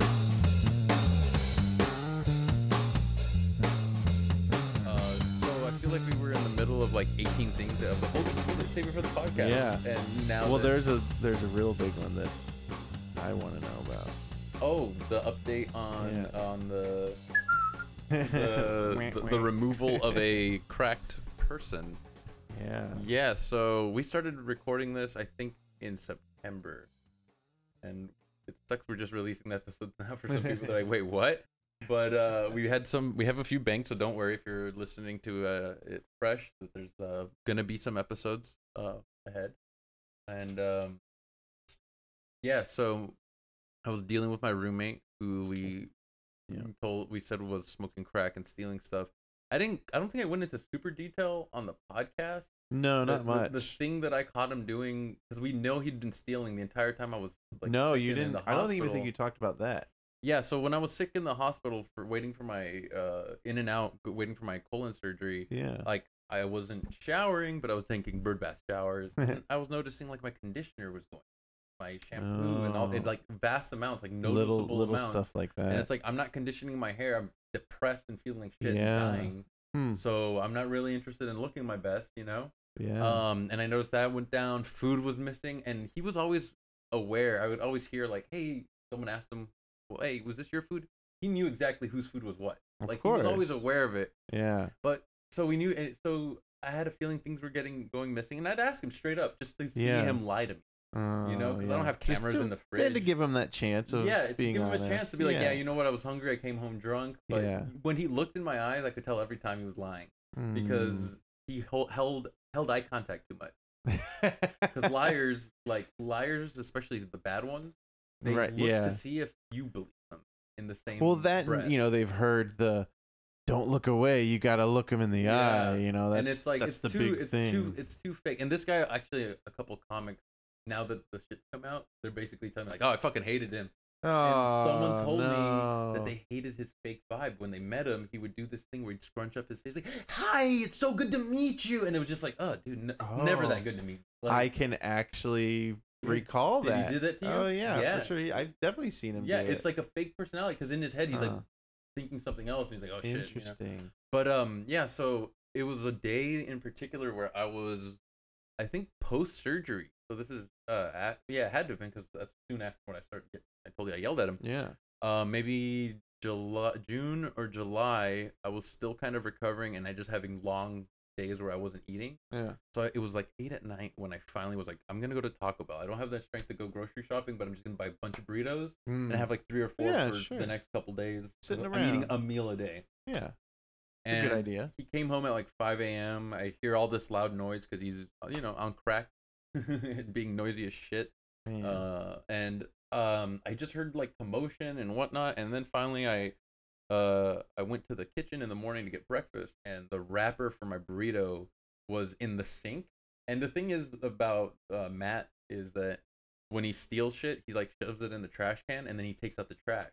Uh, of the whole let's save it for the podcast. Yeah. And now Well, that- there's a there's a real big one that I want to know about. oh the update on Yeah. on the the, the, the removal of a cracked person. yeah. Yeah, so we started recording this I think in September. And it sucks we're just releasing that episode now for some people that are like, wait, what? But uh, we had some we have a few banks, so don't worry if you're listening to uh, it fresh that there's uh, gonna be some episodes uh, ahead. And um, yeah, so I was dealing with my roommate who we Yeah. told we said was smoking crack and stealing stuff. I didn't I don't think I went into super detail on the podcast the- No, not the- much. The, thing that I caught him doing, because we know he'd been stealing the entire time I was like. no, sick you and in didn't. the I don't even hospital. think you talked about that. Yeah, so when I was sick in the hospital for waiting for my uh in and out, waiting for my colon surgery, Yeah. like I wasn't showering, but I was taking bird bath showers. and I was noticing like my conditioner was going, my shampoo and all, Oh. in like vast amounts, like noticeable little little amounts. stuff like that. And it's like I'm not conditioning my hair. I'm depressed and feeling shit Yeah. and dying. Hmm. So I'm not really interested in looking my best, you know. yeah. Um, and I noticed that went down. Food was missing, and he was always aware. I would always hear like, "Hey," someone asked him, "Well, hey, was this your food?" He knew exactly whose food was what. of like course. he was always aware of it. yeah. But so we knew. And so I had a feeling things were getting going missing, and I'd ask him straight up just to see Yeah. him lie to me, you know, because I don't have cameras in the They had fridge. Oh, to give him that chance of yeah, it's to being give him a honest. chance to be like, yeah. you know what? I was hungry. I came home drunk." But Yeah. when he looked in my eyes, I could tell every time he was lying Mm. because he hol- held held eye contact too much. because liars like liars especially the bad ones they Right, look yeah. to see if you believe them in the same well, that breath. and, you know they've heard the don't look away. You got to look him in the Yeah. eye. You know that's and it's like that's it's the too big it's thing. too it's too fake and this guy actually a, couple comics now that the shit's come out they're basically telling me like oh i fucking hated him oh, someone told me no. that they hated his fake vibe when they met him he would do this thing where he'd scrunch up his face like hi it's so good to meet you and it was just like oh dude no, it's never Oh. that good to meet you." I like, can actually recall did he that. do that to you? Oh yeah, Yeah. for sure. He- I've definitely seen him. yeah do it. it's like a fake personality because in his head he's like Huh. thinking something else and he's like oh shit you know? interesting. But um, yeah. So it was a day in particular where I was, I think, post surgery. So this is uh, at, yeah, it had to have been because that's soon after when I started. Getting, I told you I yelled at him. Yeah. Uh, maybe July, June or July. I was still kind of recovering, and I just having long days where I wasn't eating. Yeah. So it was like eight at night when I finally was like, I'm gonna go to Taco Bell. I don't have the strength to go grocery shopping, but I'm just gonna buy a bunch of burritos Hmm. and have like three or four Mm. Yeah, for sure. the next couple days. 'cause Sitting I'm eating around. a meal a day. yeah. It's and a good idea. he came home at like 5 a.m. I hear all this loud noise because he's, you know, on crack, being noisy as shit. Man. Uh, and um, I just heard like commotion and whatnot. And then finally, I uh, I went to the kitchen in the morning to get breakfast, and the wrapper for my burrito was in the sink. And the thing is about uh, Matt is that when he steals shit, he like shoves it in the trash can, and then he takes out the trash.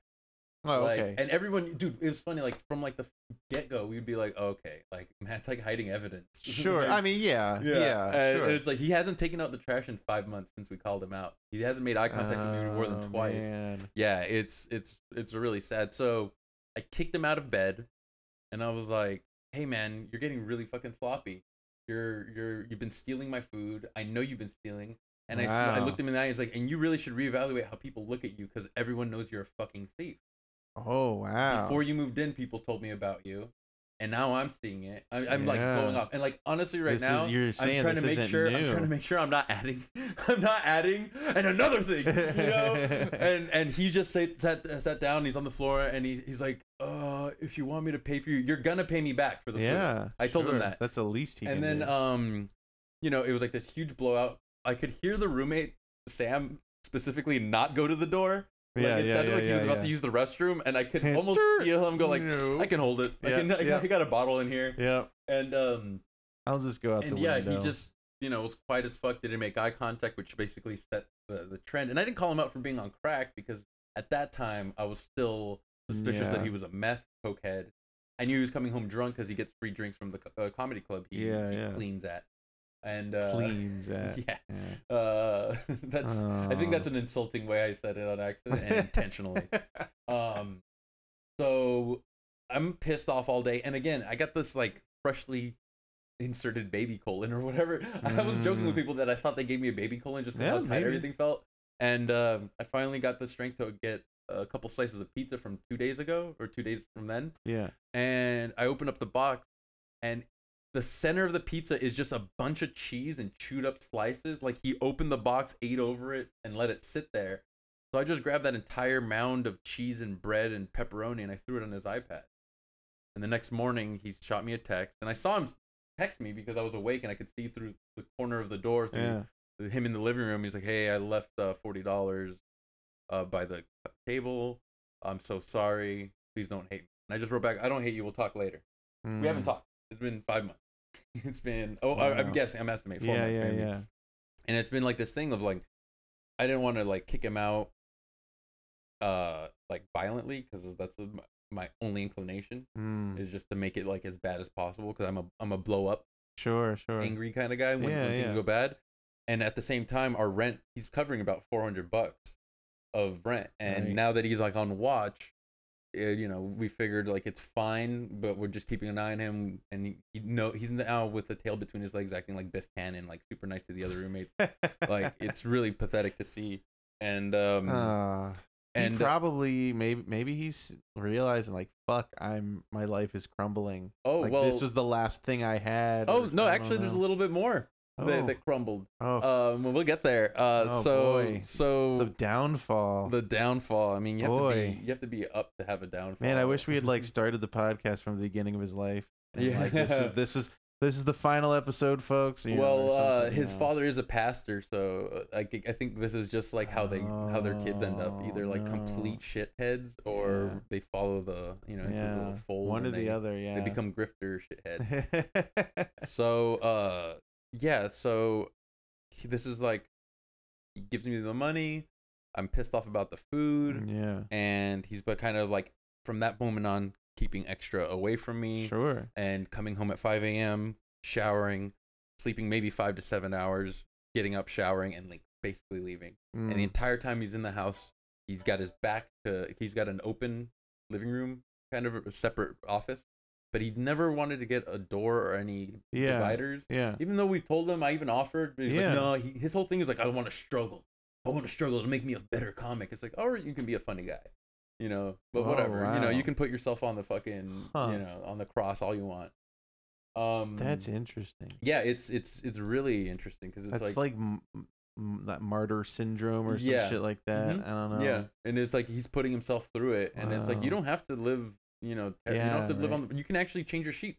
oh, Like, okay. And everyone, dude, it was funny. Like from like the get go, we'd be like, okay, like Matt's like hiding evidence. sure. Like, I mean, yeah. Yeah. and sure. it's like he hasn't taken out the trash in five months since we called him out. He hasn't made eye contact with me more Oh, than twice. man. Yeah, it's it's it's really sad. So I kicked him out of bed, and I was like, "Hey, man, you're getting really fucking sloppy. You're you're you've been stealing my food. I know you've been stealing." And I, I Wow. looked him in the eye. He's like, "And you really should reevaluate how people look at you because everyone knows you're a fucking thief." Oh wow. before you moved in, people told me about you, and now I'm seeing it. I'm, I'm like Yeah. blowing off, and like honestly, right This is- now, you're saying I'm trying this to make isn't sure I'm new. trying to make sure I'm not adding, I'm not adding, and another thing, you know. and and he just sat sat, sat down. He's on the floor, and he, he's like, "Uh, if you want me to pay for you, you're gonna pay me back for the food." yeah. I told him sure. that. That's the least he and can then do. um you know it was like this huge blowout i could hear the roommate sam specifically not go to the door like Yeah, it yeah, sounded yeah, like he was yeah, about yeah. to use the restroom and i could almost feel him go like No. i can hold it i Yeah, can I, yeah. I got a bottle in here yeah. and um I'll just go out and the yeah window. he just you know was quiet as fuck didn't make eye contact which basically set the, the trend and i didn't call him out for being on crack because at that time i was still suspicious that Yeah. he was a meth cokehead i knew he was coming home drunk because he gets free drinks from the co- uh, comedy club he, Yeah, he yeah. cleans at and uh, cleans that. yeah Yeah. uh, that's i think Oh. that's an insulting way i said it on accident and intentionally um, so I'm pissed off all day, and again, I got this like freshly inserted baby colon or whatever. I was joking with Mm. people that I thought they gave me a baby colon just for how Yeah, tight maybe. everything felt. And um, I finally got the strength to get a couple slices of pizza from two days ago or two days from then. Yeah. And I opened up the box, and the center of the pizza is just a bunch of cheese and chewed up slices. Like he opened the box, ate over it, and let it sit there. So I just grabbed that entire mound of cheese and bread and pepperoni and I threw it on his iPad. And the next morning, he shot me a text, and I saw him text me because I was awake and I could see through the corner of the door through Yeah. him in the living room. He's like, "Hey, I left uh, forty dollars uh, by the table. I'm so sorry. Please don't hate me." And I just wrote back, "I don't hate you. We'll talk later. We haven't Mm. talked. It's been five months. It's been oh, I, I'm Wow. guessing. I'm estimating four Yeah, months. yeah, maybe. yeah. And it's been like this thing of like, I didn't want to like kick him out, uh, like violently because that's my, my only inclination Mm. is just to make it like as bad as possible because I'm a I'm a blow up Sure, sure. angry kind of guy when, Yeah, when things yeah. go bad. And at the same time, our rent he's covering about four hundred bucks of rent, and Right. now that he's like on watch, eh, you know, we figured like it's fine, but we're just keeping an eye on him, and he, he no, he's now with the tail between his legs, acting like Biff Cannon, like super nice to the other roommates. like it's really pathetic to see, and um, Ah. and uh, he probably maybe maybe he's realizing like fuck I'm my life is crumbling. oh like well, this was the last thing I had. oh or- no, I don't actually, there's a know. little bit more that, Oh, that crumbled. oh, Um, we'll get there. Uh, Oh, so boy. so the downfall. uh, the downfall. I mean, you have to Boy. be you have to be up to have a downfall. Man, I wish we had like started the podcast from the beginning of his life. and, like, this Yeah. is this is this is the final episode, folks. you know, or well, uh, something, you his know. father is a pastor, so uh, I, think- I think this is just like how they how their kids end up either like Oh, no. complete shitheads or Yeah. they follow the you know into the Yeah. little fold. One or and the they- other, yeah. They become grifter shithead. become. so uh, yeah, so he- this is like he gives me the money. I'm pissed off about the food, yeah. and he's but kind of like from that moment on keeping extra away from me. Sure. and coming home at 5 a.m., showering, sleeping maybe five to seven hours, getting up, showering, and like basically leaving. And the Mm. entire time he's in the house, he's got his back to, he's got an open living room, kind of a separate office, but he never wanted to get a door or any Yeah. dividers. Yeah. Even though we told him, I even offered, but he's Yeah. like, no, he, his whole thing is like, I want to struggle. I want to struggle to make me a better comic. It's like, or you can be a funny guy, you know, but Oh, whatever, you know, wow. you can put yourself on the fucking, Huh. you know, on the cross all you want. Um, That's interesting. yeah, it's, it's, it's really interesting because it's That's like, like, m- m- that martyr syndrome or some Yeah. shit like that. Mhm. I don't know. yeah. And it's like, he's putting himself through it. And it's like, you Wow. don't have to live, you know, ter- you don't have to Yeah, live on, right. the, you can actually change your sheet.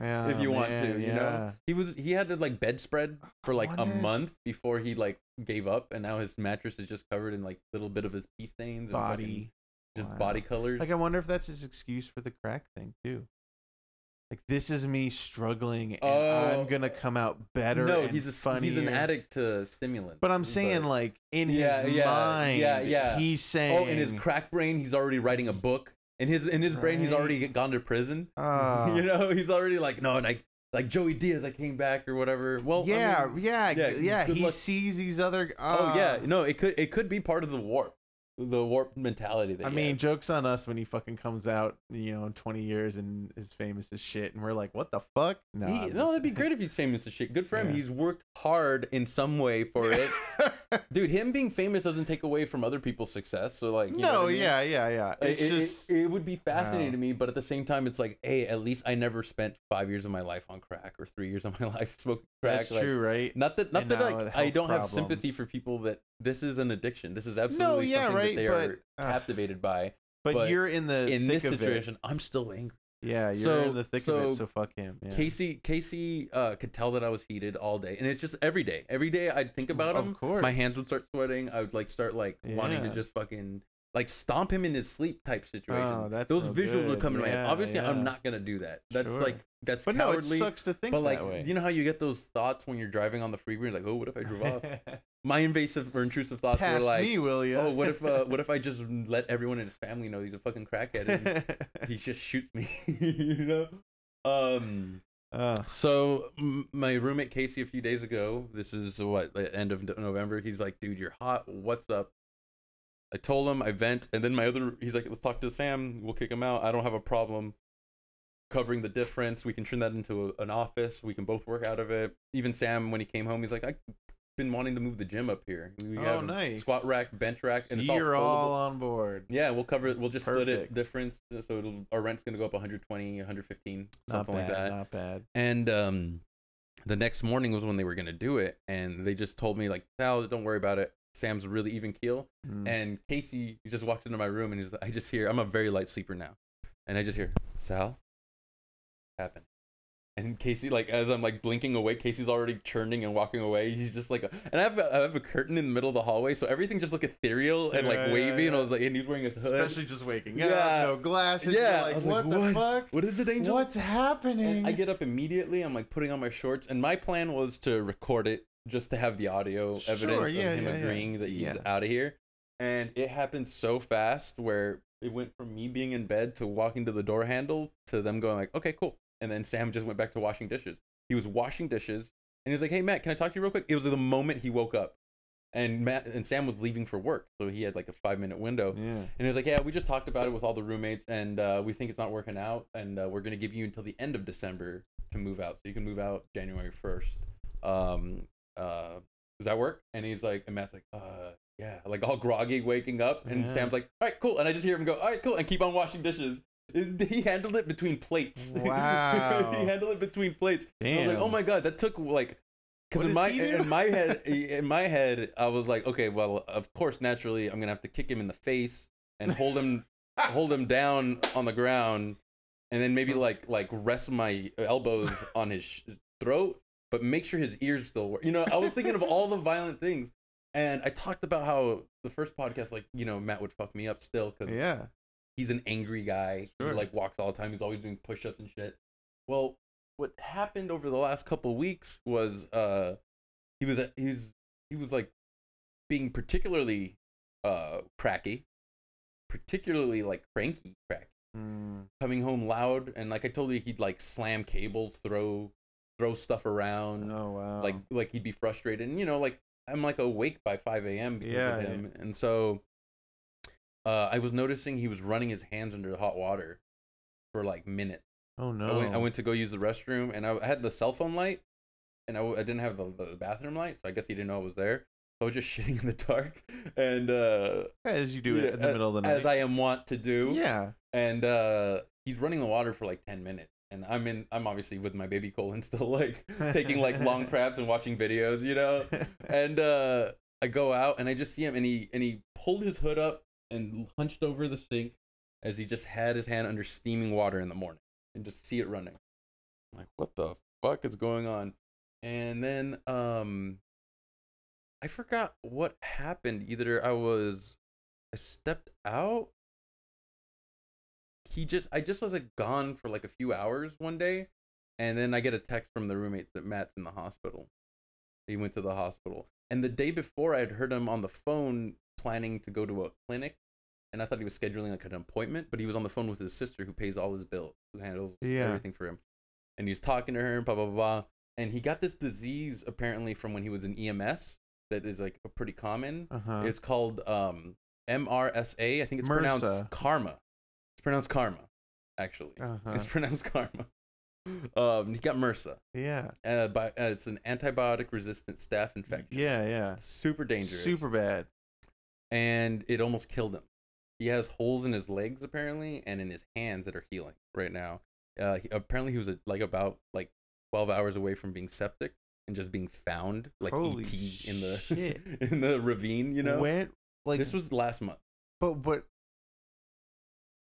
Yeah, if you want to, Oh, man, you know. He was he had to like bedspread for like a wonder if- month before he like gave up, and now his mattress is just covered in like little bit of his pee stains and fucking Body. just Wow. body colors. Like I wonder if that's his excuse for the crack thing too. Like this is me struggling, and Oh. I'm gonna come out better. no, and he's a funnier. he's an addict to stimulants. But I'm He's saying, like- like in Yeah, his yeah, mind, yeah, yeah. he's saying, oh, in his crack brain, he's already writing a book. In his in his brain, he's Right. already gone to prison. "Ah, you know, he's already like no, and I like Joey Diaz, I came back or whatever. Well, I yeah, mean, yeah, yeah, yeah, yeah." good He luck. sees these other. oh ah. yeah, no, it could it could be part of the warp, the warp mentality. That I he mean, has. jokes on us when he fucking comes out, you know, in 20 years and is famous as shit, and we're like, "What the fuck?" No, He, no, that'd be great if he's famous as shit. Good for him. Yeah. He's worked hard in some way for it. great. Dude, him being famous doesn't take away from other people's success. So like, you know no, what I mean? yeah, yeah, yeah. It- It's it, it- just it, would be fascinating Wow. to me, but at the same time, it's like, hey, at least I never spent five years of my life on crack or three years of my life smoking crack. that's like, true, right? Not that, not And that now like, with I health don't have sympathy problems. for people that this is an addiction. This is absolutely yeah, something right, that they are but, uh, captivated by. but, but you're in the In thick this of situation, I'm still angry. It. Yeah, you're So- in the thick of so it, so fuck him. Yeah. Casey Casey uh, could tell that I was heated all day, and it's just every day. Every day I'd think about Of him. course. My hands would start sweating. I would like start like wanting to Yeah. just fucking like stomp him in his sleep type situation. Oh, that's Those no visuals would good. come to my head. Yeah, Obviously, yeah. I'm not gonna do that. That's Sure. like that's but no, it cowardly. sucks to think but that way. like you know how you get those thoughts when you're driving on the freeway, like oh, what if I drove off? My invasive or intrusive thoughts pass were like, me, will you? oh, what if uh, what if I just let everyone in his family know he's a fucking crackhead and he just shoots me, you know? Um. uh, So m- my roommate Casey a few days ago, this is what the end of November. He's like, "Dude, you're hot. What's up?" I told him I vent, and then my other, he's like, "Let's talk to Sam. We'll kick him out. I don't have a problem." covering the difference. We can turn that into a, an office. We can both work out of it. Even Sam, when he came home, he's like, I've been wanting to move the gym up here. We Oh, have a nice. Squat rack, bench rack, and it's all You're all, foldable. on board. Yeah, we'll cover it. We'll just split Perfect. it difference. So it'll, our rent's gonna go up 120, 115, Not something bad. like that. Not bad. And um, the next morning was when they were gonna do it, and they just told me like, "Pal, don't worry about it. Sam's really even keel." Mm. And Casey just walked into my room, and he's like, "I just hear. I'm a very light sleeper now, and I just hear Sal, happen." And Casey, like as I'm like blinking away, Casey's already churning and walking away. He's just like, and I have a, I have a curtain in the middle of the hallway, so everything just looked ethereal and like Yeah, yeah, wavy. And I yeah. was like, and he's wearing his hood. Especially just waking Yeah. up, no glasses. Yeah, I Yeah. You're was like, like, what the fuck? What is it, Angel? What's happening? And I get up immediately. I'm like putting on my shorts, and my plan was to record it just to have the audio Sure, evidence yeah, of him yeah, yeah. agreeing that he's Yeah. out of here. And it happened so fast, where it went from me being in bed to walking to the door handle to them going like, "Okay, cool." And then Sam just went back to washing dishes. He was washing dishes, and he was like, "Hey, Matt, can I talk to you real quick?" It was the moment he woke up, and Matt and Sam was leaving for work, so he had like a five minute window. Yeah. And he was like, "Yeah, we just talked about it with all the roommates, and uh, we think it's not working out, and uh, we're gonna give you until the end of December to move out, so you can move out January first. Um, uh, does that work?" And he's like, and Matt's like, "Uh, yeah," like all groggy, waking up, and Yeah. Sam's like, "All right, cool," and I just hear him go, "All right, cool," and keep on washing dishes. And He handled it between plates. Wow. he handled it between plates. And I was like, Damn. "Oh my god, that took like." Because in What does my he do? in my head in my head I was like, okay, well, of course, naturally, I'm gonna have to kick him in the face and hold him hold him down on the ground, and then maybe like like rest my elbows on his sh- throat, but make sure his ears still work. You know, I was thinking of all the violent things, and I talked about how the first podcast, like you know, Matt would fuck me up still because Yeah. he's an angry guy. Sure. He like walks all the time. He's always doing push-ups and shit. Well, what happened over the last couple weeks was uh he was he was he was like being particularly uh cracky, particularly like cranky cracky Mm. coming home loud and like I told you he'd like slam cables, throw throw stuff around Oh wow. like like he'd be frustrated and you know like i'm like awake by 5 a.m because Yeah, of yeah. him and so uh i was noticing he was running his hands under the hot water for like minutes oh no. I, went, I went to go use the restroom and i had the cell phone light and i, w- I didn't have the, the bathroom light so i guess he didn't know i was there so i was just shitting in the dark and uh as you do yeah, it in the a- middle of the night. as i am wont to do yeah. and uh he's running the water for like 10 minutes and i'm in i'm obviously with my baby colon still like taking like long craps and watching videos you know and uh I go out and I just see him and he and he pulled his hood up and hunched over the sink as he just had his hand under steaming water in the morning and just see it running. I'm like, what the fuck is going on? And then um I forgot what happened. Either I was I stepped out. He just I just was like gone for like a few hours one day and then I get a text from the roommates that Matt's in the hospital. He went to the hospital. And the day before, I had heard him on the phone planning to go to a clinic, and I thought he was scheduling like an appointment, but he was on the phone with his sister who pays all his bills, who handles Yeah. everything for him. And he's talking to her and blah blah blah. And he got this disease apparently from when he was in EMS that is like pretty common. Uh huh. It's called um, MRSA. I think it's MRSA. pronounced karma. It's pronounced karma, actually. Uh huh. It's pronounced karma. Um, he got MRSA. Yeah. Uh, by, uh, it's an antibiotic-resistant staph infection. Yeah. Yeah. Super dangerous. Super bad. And it almost killed him. He has holes in his legs apparently, and in his hands that are healing right now. Uh, he, apparently he was uh like about like 12 hours away from being septic and just being found like Holy ET in the shit. in the ravine. You know, when like this was last month, but but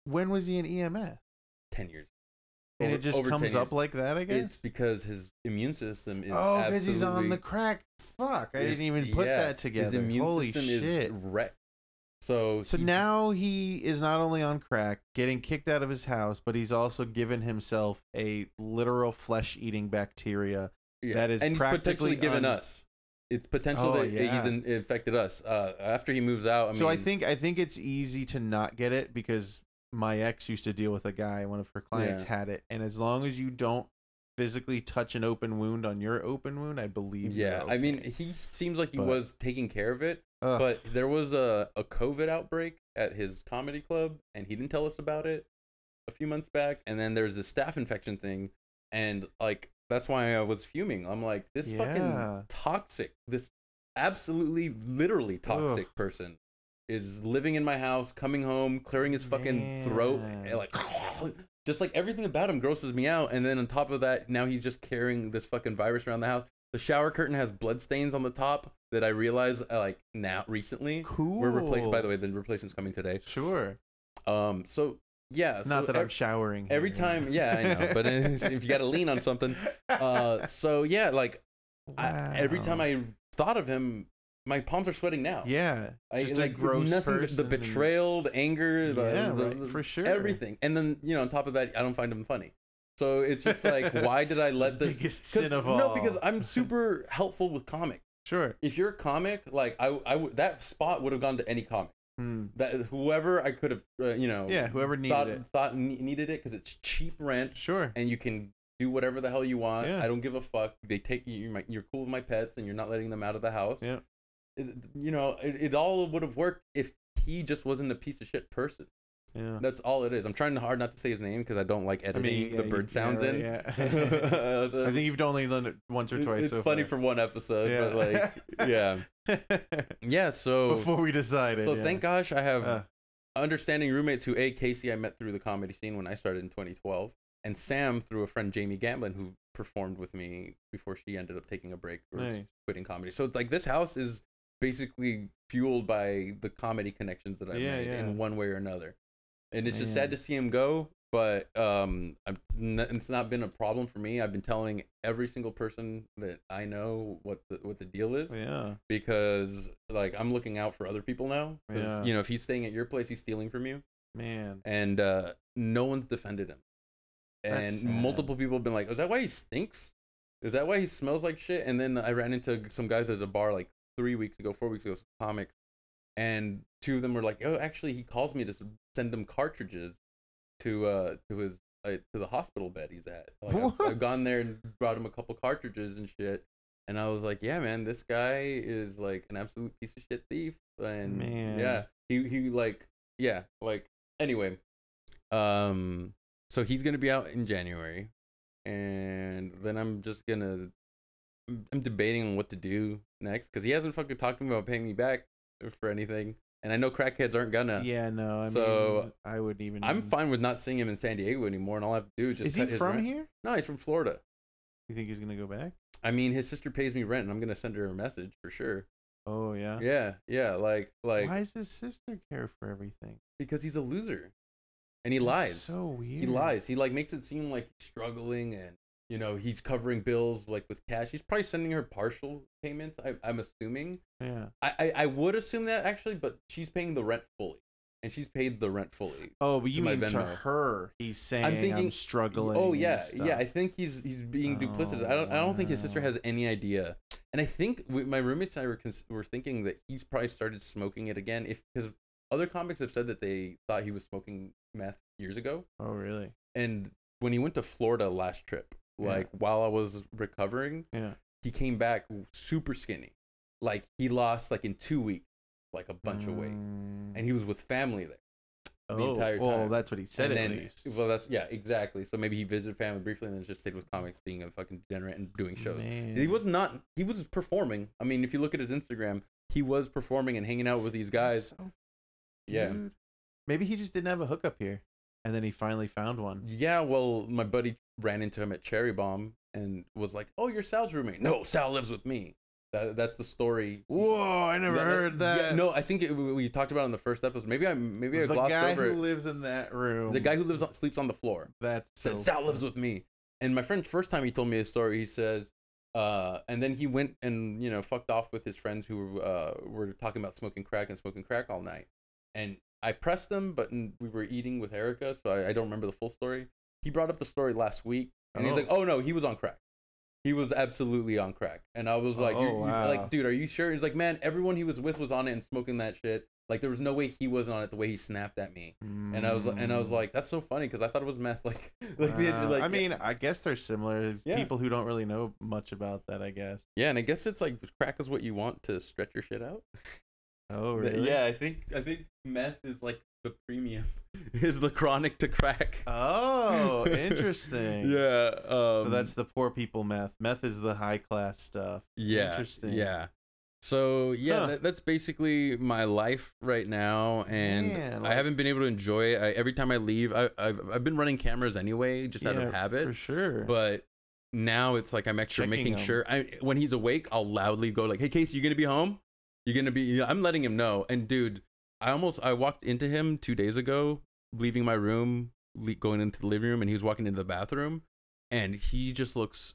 when was he in EMS? 10 years. And Over- it just over 10 comes up years. like that, I guess. It's because his immune system is oh, because he's on absolutely the crack. Fuck, I didn't It's- even put yeah, that together. His immune Holy system shit! is wrecked. So so he- now he is not only on crack, getting kicked out of his house, but he's also given himself a literal flesh-eating bacteria. yeah. that is and he's potentially practically given un- us. It's potential Oh, that yeah. he's in, infected us. Uh, after he moves out, I mean, so I think I think it's easy to not get it because my ex used to deal with a guy. One of her clients Yeah. had it, and as long as you don't physically touch an open wound on your open wound, I believe. you're yeah. I mean, okay. he seems like he But- was taking care of it, Ugh. but there was a a COVID outbreak at his comedy club, and he didn't tell us about it. a few months back, and then there's this staph infection thing, and like that's why I was fuming. I'm like, this Yeah. fucking toxic, this absolutely literally toxic person is living in my house, coming home, clearing his fucking throat, Man. and like just like everything about him grosses me out. And then on top of that, now he's just carrying this fucking virus around the house. The shower curtain has blood stains on the top that I realized uh, like now recently. Cool. We're replaced. By the way, the replacement's coming today. Sure. Um. So yeah. so Not that I'm ev- showering. every here. time. Yeah, I know. But if you got to lean on something. Uh. So yeah, like I, every time Wow. I thought of him, my palms are sweating now. Yeah. Oh. I, just a like gross nothing. the- The person and- betrayal, the anger, the, Yeah, the- right, the- for sure. everything. And then you know, on top of that, I don't find him funny. So it's just like, why did I let this? biggest 'cause- sin of all. no, because I'm super helpful with comic. sure. If you're a comic, like I, I would that spot would have gone to any comic. Hmm. That whoever I could have, uh, you know, Yeah, whoever needed thought it. thought ne- needed it because it's cheap rent Sure. and you can do whatever the hell you want. Yeah. I don't give a fuck. They take you. You're, my, you're cool with my pets, and you're not letting them out of the house. Yeah. It- you know, it, it all would have worked if he just wasn't a piece of shit person. Yeah. That's all it is. I'm trying hard not to say his name because I don't like editing yeah, the you- bird yeah, sounds right, in. yeah. I think you've only done it once or It- twice. it's so funny far. for one episode, but Yeah. Oh. like, yeah, yeah. So, Before we decided. so yeah. thank gosh I have Uh, understanding roommates who a Casey I met through the comedy scene when I started in 2012, and Sam through a friend Jamie Gamblin who performed with me before she ended up taking a break or s- Nice. quitting comedy. So it's like this house is basically fueled by the comedy connections that I Yeah, made yeah. in one way or another, and it's just Man. sad to see him go. But um, I'm, it's n- it's not been a problem for me. I've been telling every single person that I know what the, what the deal is yeah. because like I'm looking out for other people now. 'cause, Yeah. You know, if he's staying at your place, he's stealing from you, Man. and uh, no one's defended him. That's And sad. multiple people have been like, "Is that why he stinks? Is that why he smells like shit?" And then I ran into some guys at a bar like three weeks ago, four weeks ago, some comics, and two of them were like, "Oh, actually, he calls me to s- send him cartridges to uh to his." uh, To the hospital bed he's at. Like, I've, What? I've gone there and brought him a couple cartridges and shit, and I was like, yeah, man, this guy is like an absolute piece of shit thief. And Man. yeah, he he like yeah, like anyway. Um so he's going to be out in January and then I'm just going to I'm debating on what to do next cuz he hasn't fucking talked to me about paying me back for anything. And I know crackheads aren't gonna. Yeah. No. I So, mean, I wouldn't even. I'm fine with not seeing him in San Diego anymore and all I have to do is just Is he cut his from rent. here? No, he's from Florida. You think he's gonna go back? I mean, his sister pays me rent and I'm going to send her a message for sure. Oh yeah. Yeah, yeah, like like Why does his sister care for everything? because he's a loser. And he That's lies. So weird. he lies. He like makes it seem like he's struggling and you know, he's covering bills like with cash. He's probably sending her partial payments, I I'm assuming. Yeah. I, I, I would assume that actually, but she's paying the rent fully. And she's paid the rent fully. Oh, but you my mean to Venmo. her? He's saying I'm, thinking- struggling. oh and yeah, yeah. stuff." I think he's he's being duplicitous. Oh, I don't I don't think his sister wow. has any idea. And I think we, my roommates and I were cons- were thinking that he's probably started smoking it again. If because other comics have said that they thought he was smoking meth years ago, Oh really? and when he went to Florida last trip, Yeah. like while I was recovering, Yeah. he came back super skinny. Like he lost like in two weeks, like a bunch of Mm. weight, and he was with family there. the entire Oh, Well, time. that's what he said and at then, least. well, that's yeah, exactly. So maybe he visited family briefly and then just stayed with comics, being a fucking degenerate and doing shows. He Man. was not. He was performing. I mean, if you look at his Instagram, he was performing and hanging out with these guys. So- Yeah. dude. Maybe he just didn't have a hookup here, and then he finally found one. Yeah, well, my buddy ran into him at Cherry Bomb and was like, "Oh, you're Sal's roommate." No, Sal lives with me. That, that's the story. Whoa! I never Yeah, heard that. yeah, no, I think it, we we talked about it in the first episode. Maybe I maybe I the glossed guy over who it. lives in that room. the guy who lives on, sleeps on the floor That's said so- Sal lives with me. And my friend, first time he told me his story, he says, uh, and then he went and you know fucked off with his friends who uh, were talking about smoking crack and smoking crack all night. And I pressed them, but n- we were eating with Erica, so I, I don't remember the full story. He brought up the story last week, and he's Oh. like, "Oh no, he was on crack. He was absolutely on crack." And I was like, Oh, you, you- wow. "Like, dude, are you sure?" He's like, "Man, everyone he was with was on it and smoking that shit. Like, there was no way he wasn't on it. The way he snapped at me." and I was and I was Mm. like, that's so funny because I thought it was meth. Like, like, they, Wow. like I mean, I guess they're similar. It's Yeah. People who don't really know much about that, I guess. yeah, and I guess it's like crack is what you want to stretch your shit out. Oh, Th- really? Yeah, I think I think meth is like the the premium is the chronic to crack. Oh, interesting. yeah. Um, so that's the poor people meth. Meth is the high class stuff. yeah. interesting. Yeah. So yeah, Huh. that, that's basically my life right now, and Man, I like- haven't been able to enjoy it. I, every time I leave, I, I've I've been running cameras anyway, just out Yeah, of habit. for sure. But now it's like I'm extra Checking making him. sure. I, when he's awake, I'll loudly go like, "Hey, Casey, you gonna be home? You're gonna be?" I'm letting him know. And dude, I almost I walked into him two days ago, leaving my room, le- going into the living room, and he was walking into the bathroom, and he just looks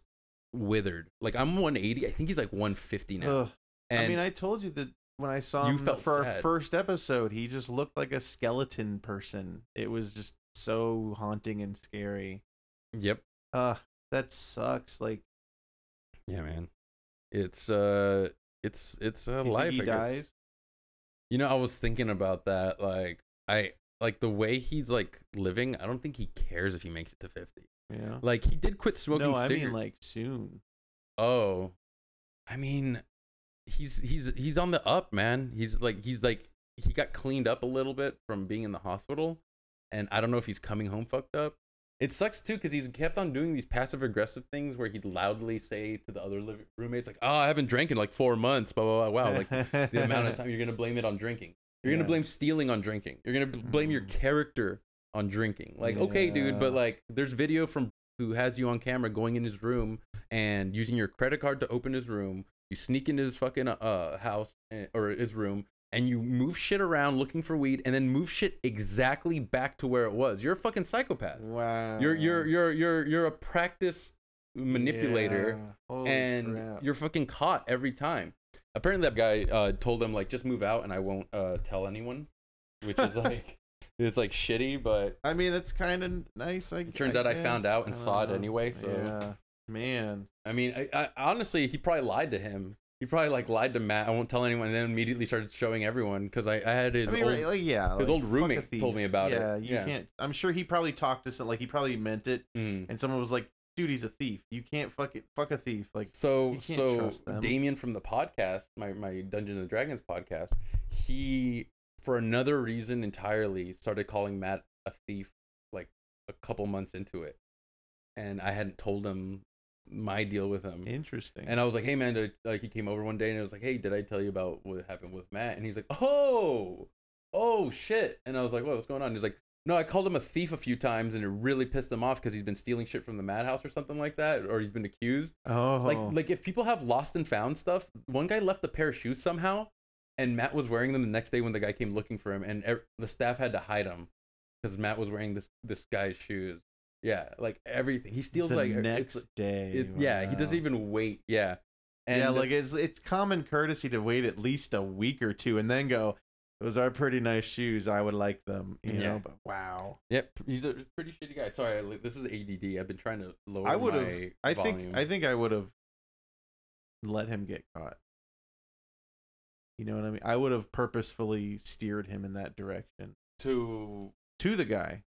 withered. Like I'm 180. I think he's like 150 now. Ugh. and I mean, I told you that when I saw You him felt for our sad. first episode, he just looked like a skeleton person. It was just so haunting and scary. yep. Ugh, that sucks. Like, Yeah, man. It's uh, it's it's a you think life. he I guess. dies. You know, I was thinking about that. Like, I like the way he's like living. I don't think he cares if he makes it to fifty. Yeah. Like, he did quit smoking No, I cigarettes. mean like soon. oh, I mean, he's he's he's on the up, man. He's like he's like he got cleaned up a little bit from being in the hospital, and I don't know if he's coming home fucked up. It sucks too because he's kept on doing these passive aggressive things where he'd loudly say to the other liv- roommates like, "Oh, I haven't drank in like four months." Blah blah blah. Wow, like the amount of time you're gonna blame it on drinking. You're Yeah. gonna blame stealing on drinking. You're gonna b- blame your Mm. character on drinking. Like, okay, dude, but Yeah. like, there's video from who has you on camera going in his room and using your credit card to open his room. You sneak into his fucking uh house eh, or his room and you move shit around looking for weed and then move shit exactly back to where it was. You're a fucking psychopath. Wow. You're you're you're you're you're a practiced manipulator Yeah. Holy and crap. you're fucking caught every time. Apparently, that guy uh, told them like just move out and I won't uh, tell anyone, which is like it's like shitty, but I mean, it's kind of nice. I It turns out I found guess. out and I saw it dunno. anyway, so- yeah, man. I mean, I, I, honestly, he probably lied to him. He probably like lied to Matt. I won't tell anyone, and then immediately started showing everyone because I, I had his I mean, old. right, like, yeah, his like, old fuck a roommate thief. told me about it. Yeah, you Yeah. can't. I'm sure he probably talked to some. Like he probably meant it, Mm. and someone was like, "Dude, he's a thief. You can't fuck it. Fuck a thief." Like, so you can't so trust them. Damien from the podcast, my my Dungeons and Dragons podcast, he for another reason entirely started calling Matt a thief like a couple months into it, and I hadn't told him my deal with him. interesting. Mm. And uh, I was like, "Hey man," did I, like he came over one day and I was like, "Hey, did I tell you about what happened with Matt?" And he's like, "Oh, oh shit!" And I was like, "What? What's going on?" And he's like, "No, I called him a thief a few times, and it really pissed him off because he's been stealing shit from the madhouse or something like that, or he's been accused. oh, Like, like if people have lost and found stuff, one guy left a pair of shoes somehow, and Matt was wearing them the next day when the guy came looking for him, and ev- the staff had to hide him because Matt was wearing this this guy's shoes. Yeah, like everything. He steals the like uh, it's- next day. it, yeah, he doesn't wow. even wait. Yeah. And yeah, like it's it's common courtesy to wait at least a week or two and then go. Those are pretty nice shoes. I would like them. You Yeah. know, but wow. yep, he's a pretty shitty guy. Sorry, I, li- this is ADD. I've been trying to lower I would have. my I volume. think. I think I would have let him get caught. You know what I mean? I would have purposefully steered him in that direction to to the guy.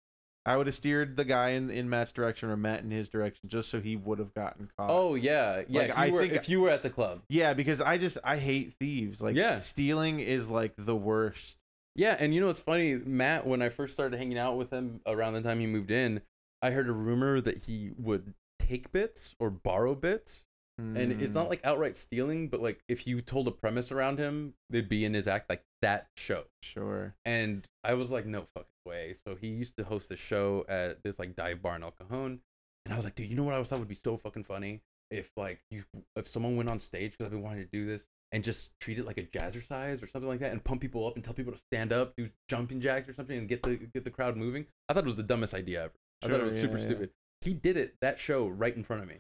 I would have steered the guy in, in Matt's direction or Matt in his direction just so he would have gotten caught. Oh yeah, yeah. Uh, Like, if you I were, think- if you were at the club. yeah, because I just I hate thieves. Like Yeah. stealing is like the worst. Yeah, and you know what's funny, Matt? When I first started hanging out with him around the time he moved in, I heard a rumor that he would take bits or borrow bits, and Mm, it's not like outright stealing, but like if you told a premise around him, they'd be in his act like that show. sure. And I was like, no fucking way. So he used to host a show at this like dive bar in El Cajon, and I was like, dude, you know what I was thought would be so fucking funny if like you if someone went on stage because I've been wanting to do this and just treat it like a jazzercise or something like that and pump people up and tell people to stand up, do jumping jacks or something and get the get the crowd moving. I thought it was the dumbest idea ever. I thought Sure, it was yeah, super yeah. stupid. He did it that show right in front of me.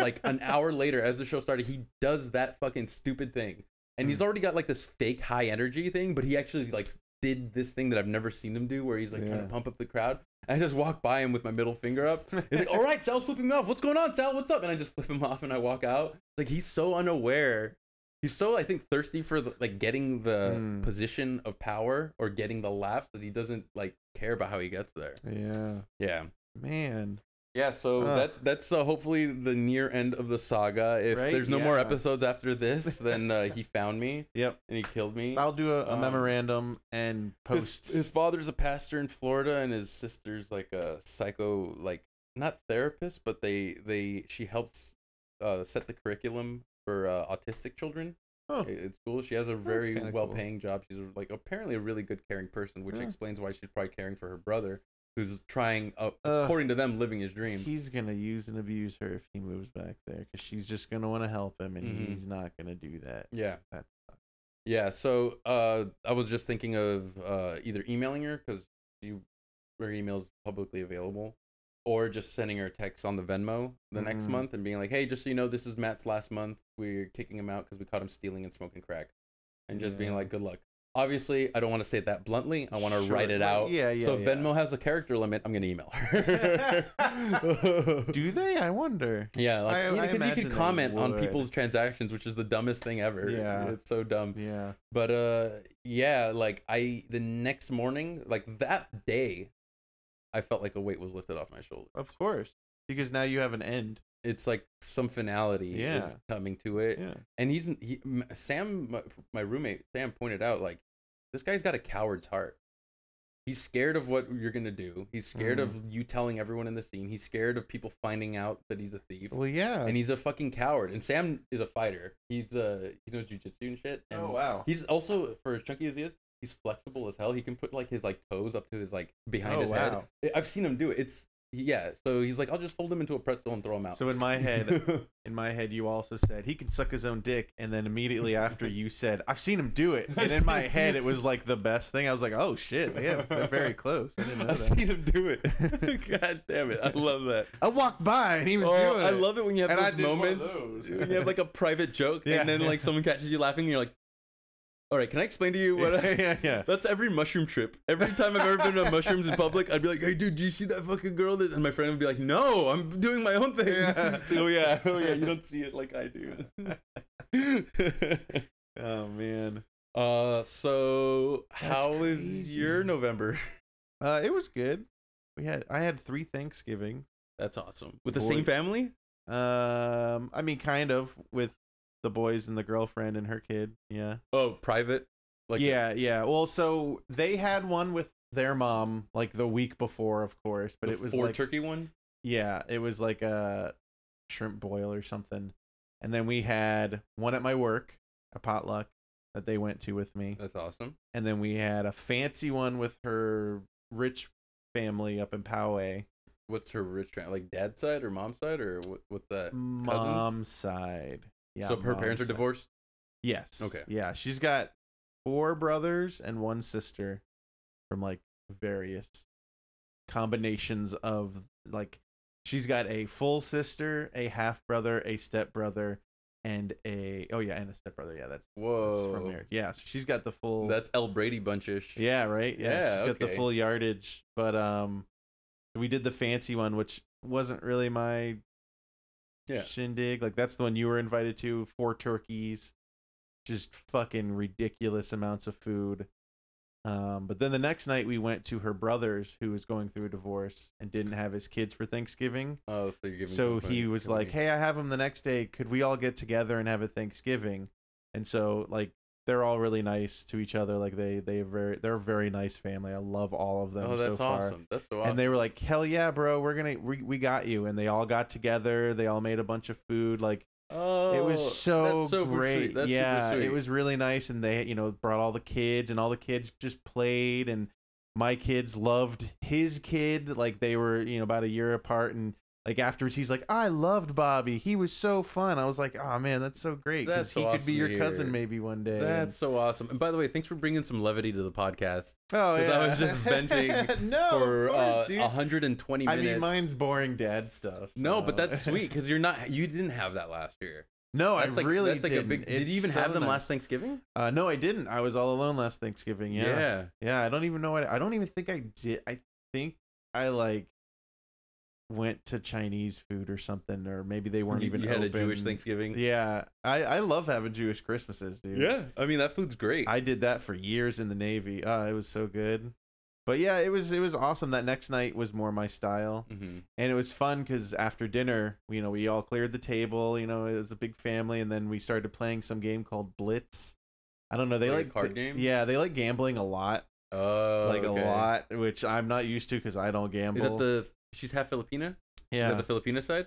Like an hour later, as the show started, he does that fucking stupid thing, and Mm. he's already got like this fake high energy thing, but he actually like did this thing that I've never seen him do, where he's like trying Yeah. to pump up the crowd. I just walk by him with my middle finger up. He's like, "All right, Sal's flipping me off. What's going on, Sal? What's up?" And I just flip him off and I walk out. Like he's so unaware. He's so I think thirsty for the, like getting the Hmm. position of power or getting the laughs that he doesn't like care about how he gets there. yeah, Yeah. man. Yeah, so Huh. that's that's uh, hopefully the near end of the saga. If Right? there's no more Yeah. episodes after this, then uh, he found me Yep. and he killed me. I'll do a, a Um, memorandum and His, post. his father's a pastor in Florida, and his sister's like a psycho, like not therapist, but they they she helps uh, set the curriculum for uh, autistic children Huh. i- at school. She has a very kinda cool. well paying job. She's like apparently a really good caring person, which Yeah. explains why she's probably caring for her brother, who's trying, uh, Ugh. according to them, living his dream. He's gonna use and abuse her if he moves back there, because she's just gonna want to help him, and Mhm. he's not gonna do that. yeah. That Yeah, so uh, I was just thinking of uh, either emailing her because her email is publicly available, or just sending her a text on the Venmo the next Mhm. month and being like, "Hey, just so you know, this is Matt's last month. We're kicking him out because we caught him stealing and smoking crack," and just being Yeah. like, "Good luck." Obviously, I don't want to say it that bluntly. I want to write Sure, it right, out. yeah, yeah, So yeah. Venmo has a character limit. I'm gonna email her. Do they? I wonder. Yeah, I- I like, because you imagine can they comment on would. people's transactions, which is the dumbest thing ever. Yeah. it's so dumb Yeah. but uh yeah like i the next morning like that day i felt like a weight was lifted off my shoulder Of course. Because now you have an end. it's like some finality is Yeah. coming to it Yeah. and he's he, m- sam my, my roommate sam pointed out like this guy's got a coward's heart he's scared of what you're gonna do he's scared Mm-hmm. of you telling everyone in the scene he's scared of people finding out that he's a thief Well, yeah. and he's a fucking coward and sam is a fighter he's uh he knows jujitsu and shit and oh wow. He's also for as chunky as he is, he's flexible as hell. He can put like his like toes up to his like behind oh his wow. head. I- I've seen him do it. It's yeah. So he's like, I'll just fold him into a pretzel and throw him out. So in my head, in my head, you also said he can suck his own dick, and then immediately after you said, "I've seen him do it," and in my head, it was like the best thing. I was like, "Oh shit, yeah, they're very close." I didn't know I've that. seen him do it. God damn it! I love that. I walked by and he was Oh, doing it. I love it when you have And I those did one of moments. those. When you have like a private joke, Yeah. and then like someone catches you laughing, and you're like, "All right, can I explain to you what?" yeah, I-" yeah, yeah. That's every mushroom trip. Every time I've ever been on mushrooms in public, I'd be like, "Hey, dude, do you see that fucking girl?" That... And my friend would be like, "No, I'm doing my own thing." Yeah. So yeah, oh yeah, you don't see it like I do. Oh man, uh, so how is crazy. your November? uh, it was good. We had I had three Thanksgiving. That's awesome. With the Boy. same family? Um, I mean, kind of with the boys and the girlfriend and her kid. Yeah. Oh, private. Like yeah, yeah. Well, so they had one with their mom like the week before, of course, but the it was four like turkey one. yeah, it was like a shrimp boil or something. And then we had one at my work, a potluck that they went to with me, That's awesome. and then we had a fancy one with her rich family up in Poway, What's her rich family? Like dad's side or mom's side or what, what's that? mom's side. Mm, Yeah, so her parents are mom's side. divorced. Yes. Okay. Yeah, she's got four brothers and one sister from like various combinations of like she's got a full sister, a half brother, a step brother, and a oh yeah, and a step brother. Yeah, that's that's Whoa. from marriage. Yeah, so she's got the full. Oh. That's El Brady bunchish. yeah, right. Yeah, Yeah, she's got okay. the full yardage. But um, we did the fancy one, which wasn't really my Yeah. shindig. Like that's the one you were invited to. Four turkeys, just fucking ridiculous amounts of food. Um, but then the next night we went to her brother's, who was going through a divorce and didn't have his kids for Thanksgiving. Oh, so you're giving. So company- he was like, company. "Hey, I have him the next day. Could we all get together and have a Thanksgiving?" And so like they're all really nice to each other. Like they they very they're a very nice family. I love all of them. "Oh, that's so far. awesome. That's so awesome." And they were like, "Hell yeah, bro! We're gonna we, we got you." And they all got together. They all made a bunch of food. Like oh, it was so, that's so great. Sweet. That's yeah, super sweet. it was really nice, and they you know brought all the kids, and all the kids just played, and my kids loved his kid. Like they were you know about a year apart, and like afterwards he's like, I loved Bobby. He was so fun. I was like, oh man, that's so great. 'cause That's so he could awesome be your to cousin hear. maybe one day. That's so awesome. And by the way, thanks for bringing some levity to the podcast. and, oh 'cause yeah. I was just venting no, of for course, uh, dude. 120 I minutes. mean, mine's boring dad stuff. No, but so. that's sweet because you're not. You didn't have that last year. no, That's Oh, I like, really That's like a didn't. big. Did It's you even so have them nice. last Thanksgiving? Uh, no, I didn't. I was all alone last Thanksgiving. Yeah, I don't even know what I don't even think I did. I think I like went to Chinese food or something, or maybe they weren't You, even. you had open. a Jewish Thanksgiving. Yeah, I I love having Jewish Christmases, dude. Yeah, I mean that food's great. I did that for years in the Navy. Uh, it was Oh, so good. But yeah, it was it was awesome. That next night was more my style, Mm-hmm. and it was fun because after dinner, you know, we all cleared the table. You know, it was a big family, and then we started playing some game called Blitz. I don't know. They Like a like card they- game? Yeah, they like gambling a lot, Oh, like okay. a lot, which I'm not used to because I don't gamble. Is that the she's half Filipina? yeah, Is that the Filipina side?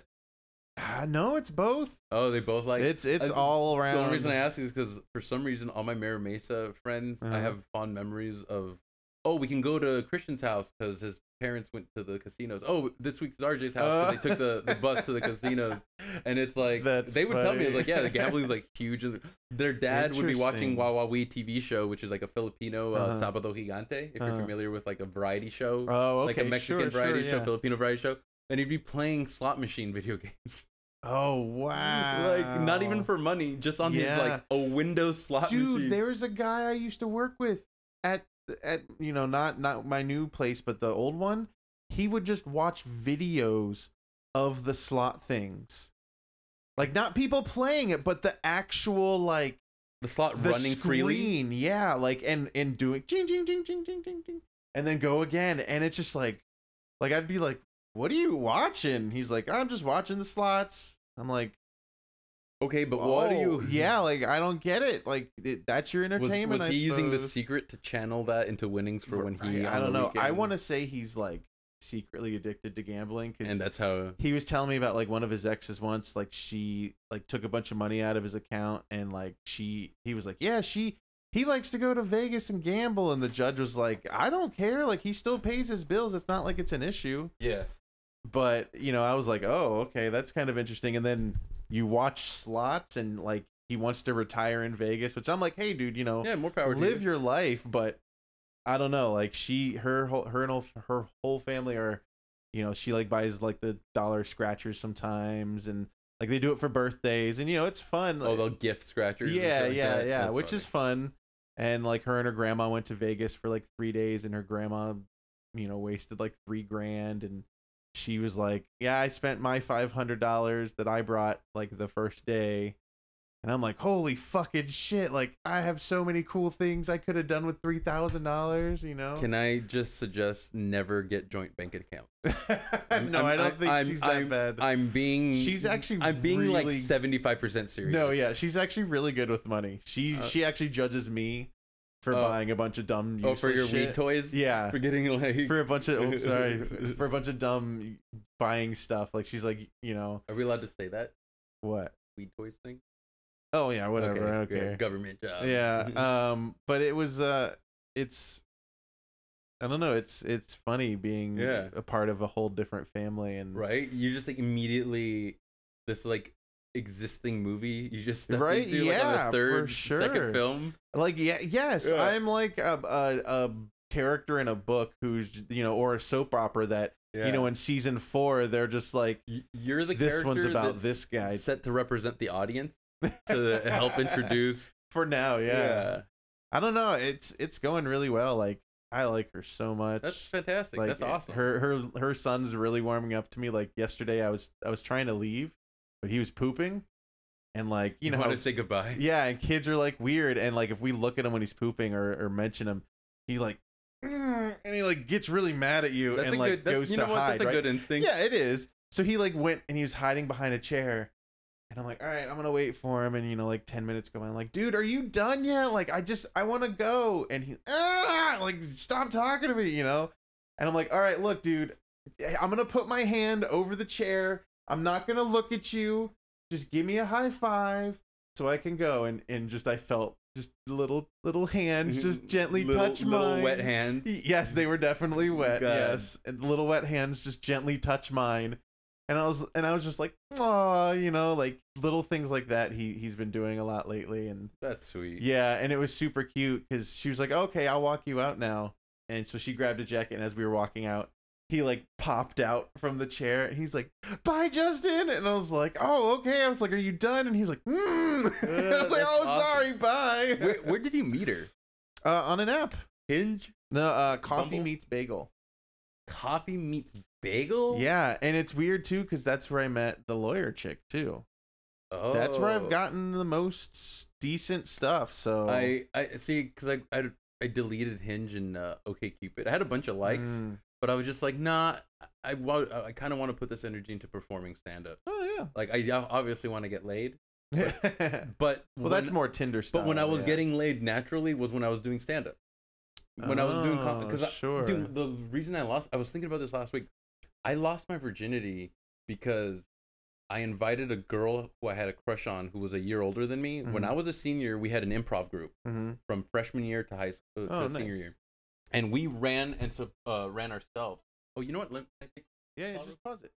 Ah, no, it's both. Oh, they both like. it's it's I- all the around. only reason I ask is because for some reason all my Mira Mesa friends, Uh-huh. I have fond memories of. Oh, we can go to Christian's house because his parents went to the casinos. Oh, this week's RJ's house because they took the, the bus to the casinos. And it's like That's they would tell me funny. it's like yeah, the gambling's like huge. And their dad would be watching Interesting. Wawa Wee TV show, which is like a Filipino uh, Uh-huh. Sabado Gigante. If Uh-huh. you're familiar with like a variety show, oh, okay, like a Mexican sure, variety sure, show, yeah. Filipino variety show, and he'd be playing slot machine video games. Oh wow! like not even for money, just on his like a Windows slot dude. machine. There's a guy I used to work with at at you know not not my new place but the old one. He would just watch videos of the slot things, like not people playing it, but the actual like the slot the running freely. screen, yeah, like and and doing ding ding ding ding ding ding ding, and then go again, and it's just like, like I'd be like, "What are you watching?" He's like, "I'm just watching the slots." I'm like, Okay, but what are "Oh, you? Yeah, like I don't get it. Like it, that's your was, entertainment." was I he using the suppose. secret to channel that into winnings for when he? I, I don't know. I want to say he's like secretly addicted to gambling because and that's how. he was telling me about like one of his exes once like she like took a bunch of money out of his account and like she he was like yeah she he likes to go to vegas and gamble and the judge was like i don't care like he still pays his bills it's not like it's an issue Yeah. but you know i was like oh okay that's kind of interesting and then you watch slots and like he wants to retire in vegas which i'm like hey dude you know Yeah. More power. to live you. your life but i don't know like she her whole her and whole, her whole family are you know she like buys like the dollar scratchers sometimes and like they do it for birthdays and you know it's fun Oh, they'll gift scratchers. and yeah shit like yeah that? yeah That's which is fun and like her and her grandma went to vegas for like three days and her grandma you know wasted like three grand and she was like yeah i spent my $500 that i brought like the first day and i'm like holy fucking shit like i have so many cool things i could have done with $3000 you know Can I just suggest never get joint bank account? I'm- no I'm- I'm, i do not I'm- think I'm- she's that I'm- bad I'm being. She's actually I'm being like really- seventy five percent serious. No, yeah, she's actually really good with money. She Uh, she actually judges me for Oh. buying a bunch of dumb. Oh, for useless your shit. weed toys. Yeah, For getting like. for a bunch of. Oh, sorry, for a bunch of dumb buying stuff. Like she's like, you know Are we allowed to say that what? weed toys thing? Oh yeah, whatever. I don't yeah, care. Government job. yeah, um, but it was uh, it's. I don't know. It's it's funny being Yeah. a part of a whole different family and right. You just like immediately this like existing movie. You just stepped Right, into like on yeah, for the third sure. second film. Like yeah, yes, Yeah. I'm like a, a a character in a book who's you know or a soap opera that Yeah. you know in season four they're just like Y- You're the This one's character about that's this guy. set to represent the audience to help introduce. for now yeah. yeah. i don't know it's it's going really well like i like her so much That's fantastic. like eh, That's awesome. her her her son's really warming up to me like yesterday i was i was trying to leave but he was pooping and like you know want how- to say goodbye. yeah and kids are like weird and like if we look at him when he's pooping or, or mention him he like "Mm," and he like gets really mad at you That's and a like good. goes That's, you to know what? hide that's a right? good instinct. yeah it is so he like went and he was hiding behind a chair and i'm like all right i'm gonna wait for him and you know like 10 minutes go by i'm like dude are you done yet like i just i want to go and he ah! like stop talking to me you know and i'm like all right look dude eh, i'm gonna put my hand over the chair i'm not gonna look at you just give me a high five so i can go and and just i felt just little little hands just gently Mm-hmm. little, touch little mine wet hand. Yes, they were definitely wet. God. Yes, and little wet hands just gently touch mine, and I was and I was just like, oh, you know, like little things like that. He he's been doing a lot lately, and That's sweet. yeah, and it was super cute because she was like, okay, I'll walk you out now, and so she grabbed a jacket, and as we were walking out. He like popped out from the chair and he's like, "Bye, Justin," and I was like, "Oh, okay." I was like, "Are you done?" And he was like, mm. "I was that's like, oh, awesome. sorry, bye." Where, where did he meet her? uh, on an app, Hinge. no, uh, coffee Bumble? meets bagel. Coffee meets bagel. Yeah, and it's weird too because that's where I met the lawyer chick too. Oh. That's where I've gotten the most decent stuff. So I I see because I I I deleted Hinge and uh, OKCupid. I had a bunch of likes, Mm. but I was just like, nah, I wa- I kind of want to put this energy into performing stand up. Oh Like I obviously want to get laid, yeah. but well, when- that's more Tinder stuff. But when I was getting laid naturally was when I was doing stand up. When I was doing because Oh, sure. dude, the reason I lost I was thinking about this last week. I lost my virginity because I invited a girl who I had a crush on who was a year older than me. When Mhm. I was a senior, we had an improv group hmm from freshman year to high school to Oh, senior nice. year. And we ran and sub, uh, ran ourselves. Oh, you know what? Let, I think- yeah, yeah, Pause just pause it.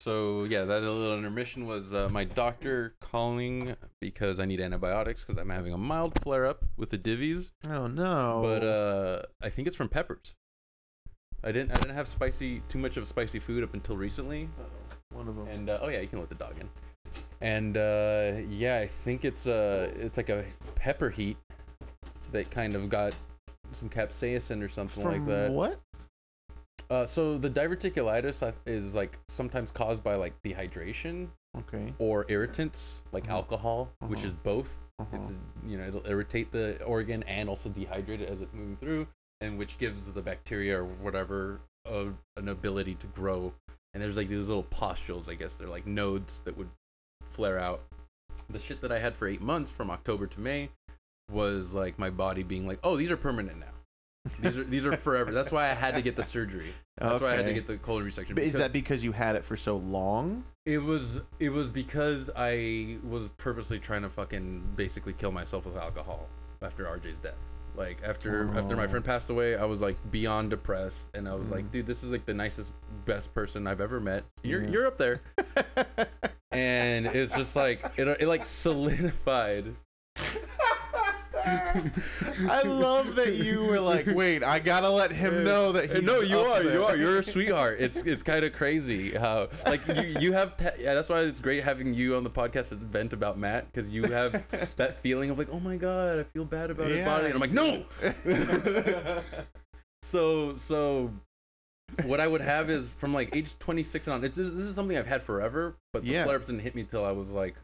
so yeah, that little intermission was uh, my doctor calling because I need antibiotics because I'm having a mild flare up with the divvies. Oh no! but Oh. uh, I think it's from peppers. I didn't I didn't have spicy too much of spicy food up until recently, one of them. and uh, oh yeah, you can let the dog in. And uh, yeah, I think it's uh it's like a pepper heat that kind of got some capsaicin or something like that. what? Uh, so the diverticulitis I- is like sometimes caused by like dehydration Okay. or irritants like Mhm. alcohol, which Mhm. is both. Uh-huh. It's you know it'll irritate the organ and also dehydrate it as it's moving through, and which gives the bacteria or whatever uh, an ability to grow. And there's like these little pustules, I guess they're like nodes that would flare out. The shit that I had for eight months from October to May was like my body being like, oh, these are permanent now. These are these are forever. That's why I had to get the surgery. That's why I had to Okay. get the colon resection. But is because- that because you had it for so long? it was it was because I was purposely trying to fucking basically kill myself with alcohol after RJ's death. Like after after my Oh. friend passed away, I was like beyond depressed, and I was like, Mm. dude, this is like the nicest, best person I've ever met. You're Yeah. you're up there, and it's just like it it like solidified. I love that you were like, wait, I gotta let him know that he's no, you up are, you there." are, you're a sweetheart. It's it's kind of crazy how like you, you have ta- yeah. That's why it's great having you on the podcast to vent about Matt because you have that feeling of like, oh my god, I feel bad about his Yeah. body, and I'm like, no. so so, what I would have is from like age 26 and on. It's, this, this is something I've had forever, but the Yeah. flare ups didn't hit me till I was like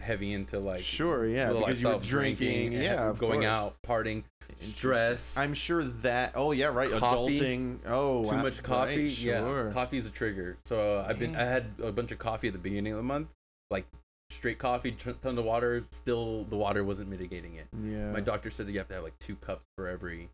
heavy into like sure, yeah, the because you were lifestyle of drinking, and yeah, of going course. out, partying, stress. I'm sure that. Oh yeah, right. Coffee. Adulting. Oh, too wow, much coffee Right, sure. yeah coffee is a trigger so uh, i've been i had a bunch of coffee at the beginning of the month like straight coffee t- tons of water still the water wasn't mitigating it Yeah. my doctor said that you have to have like two cups for every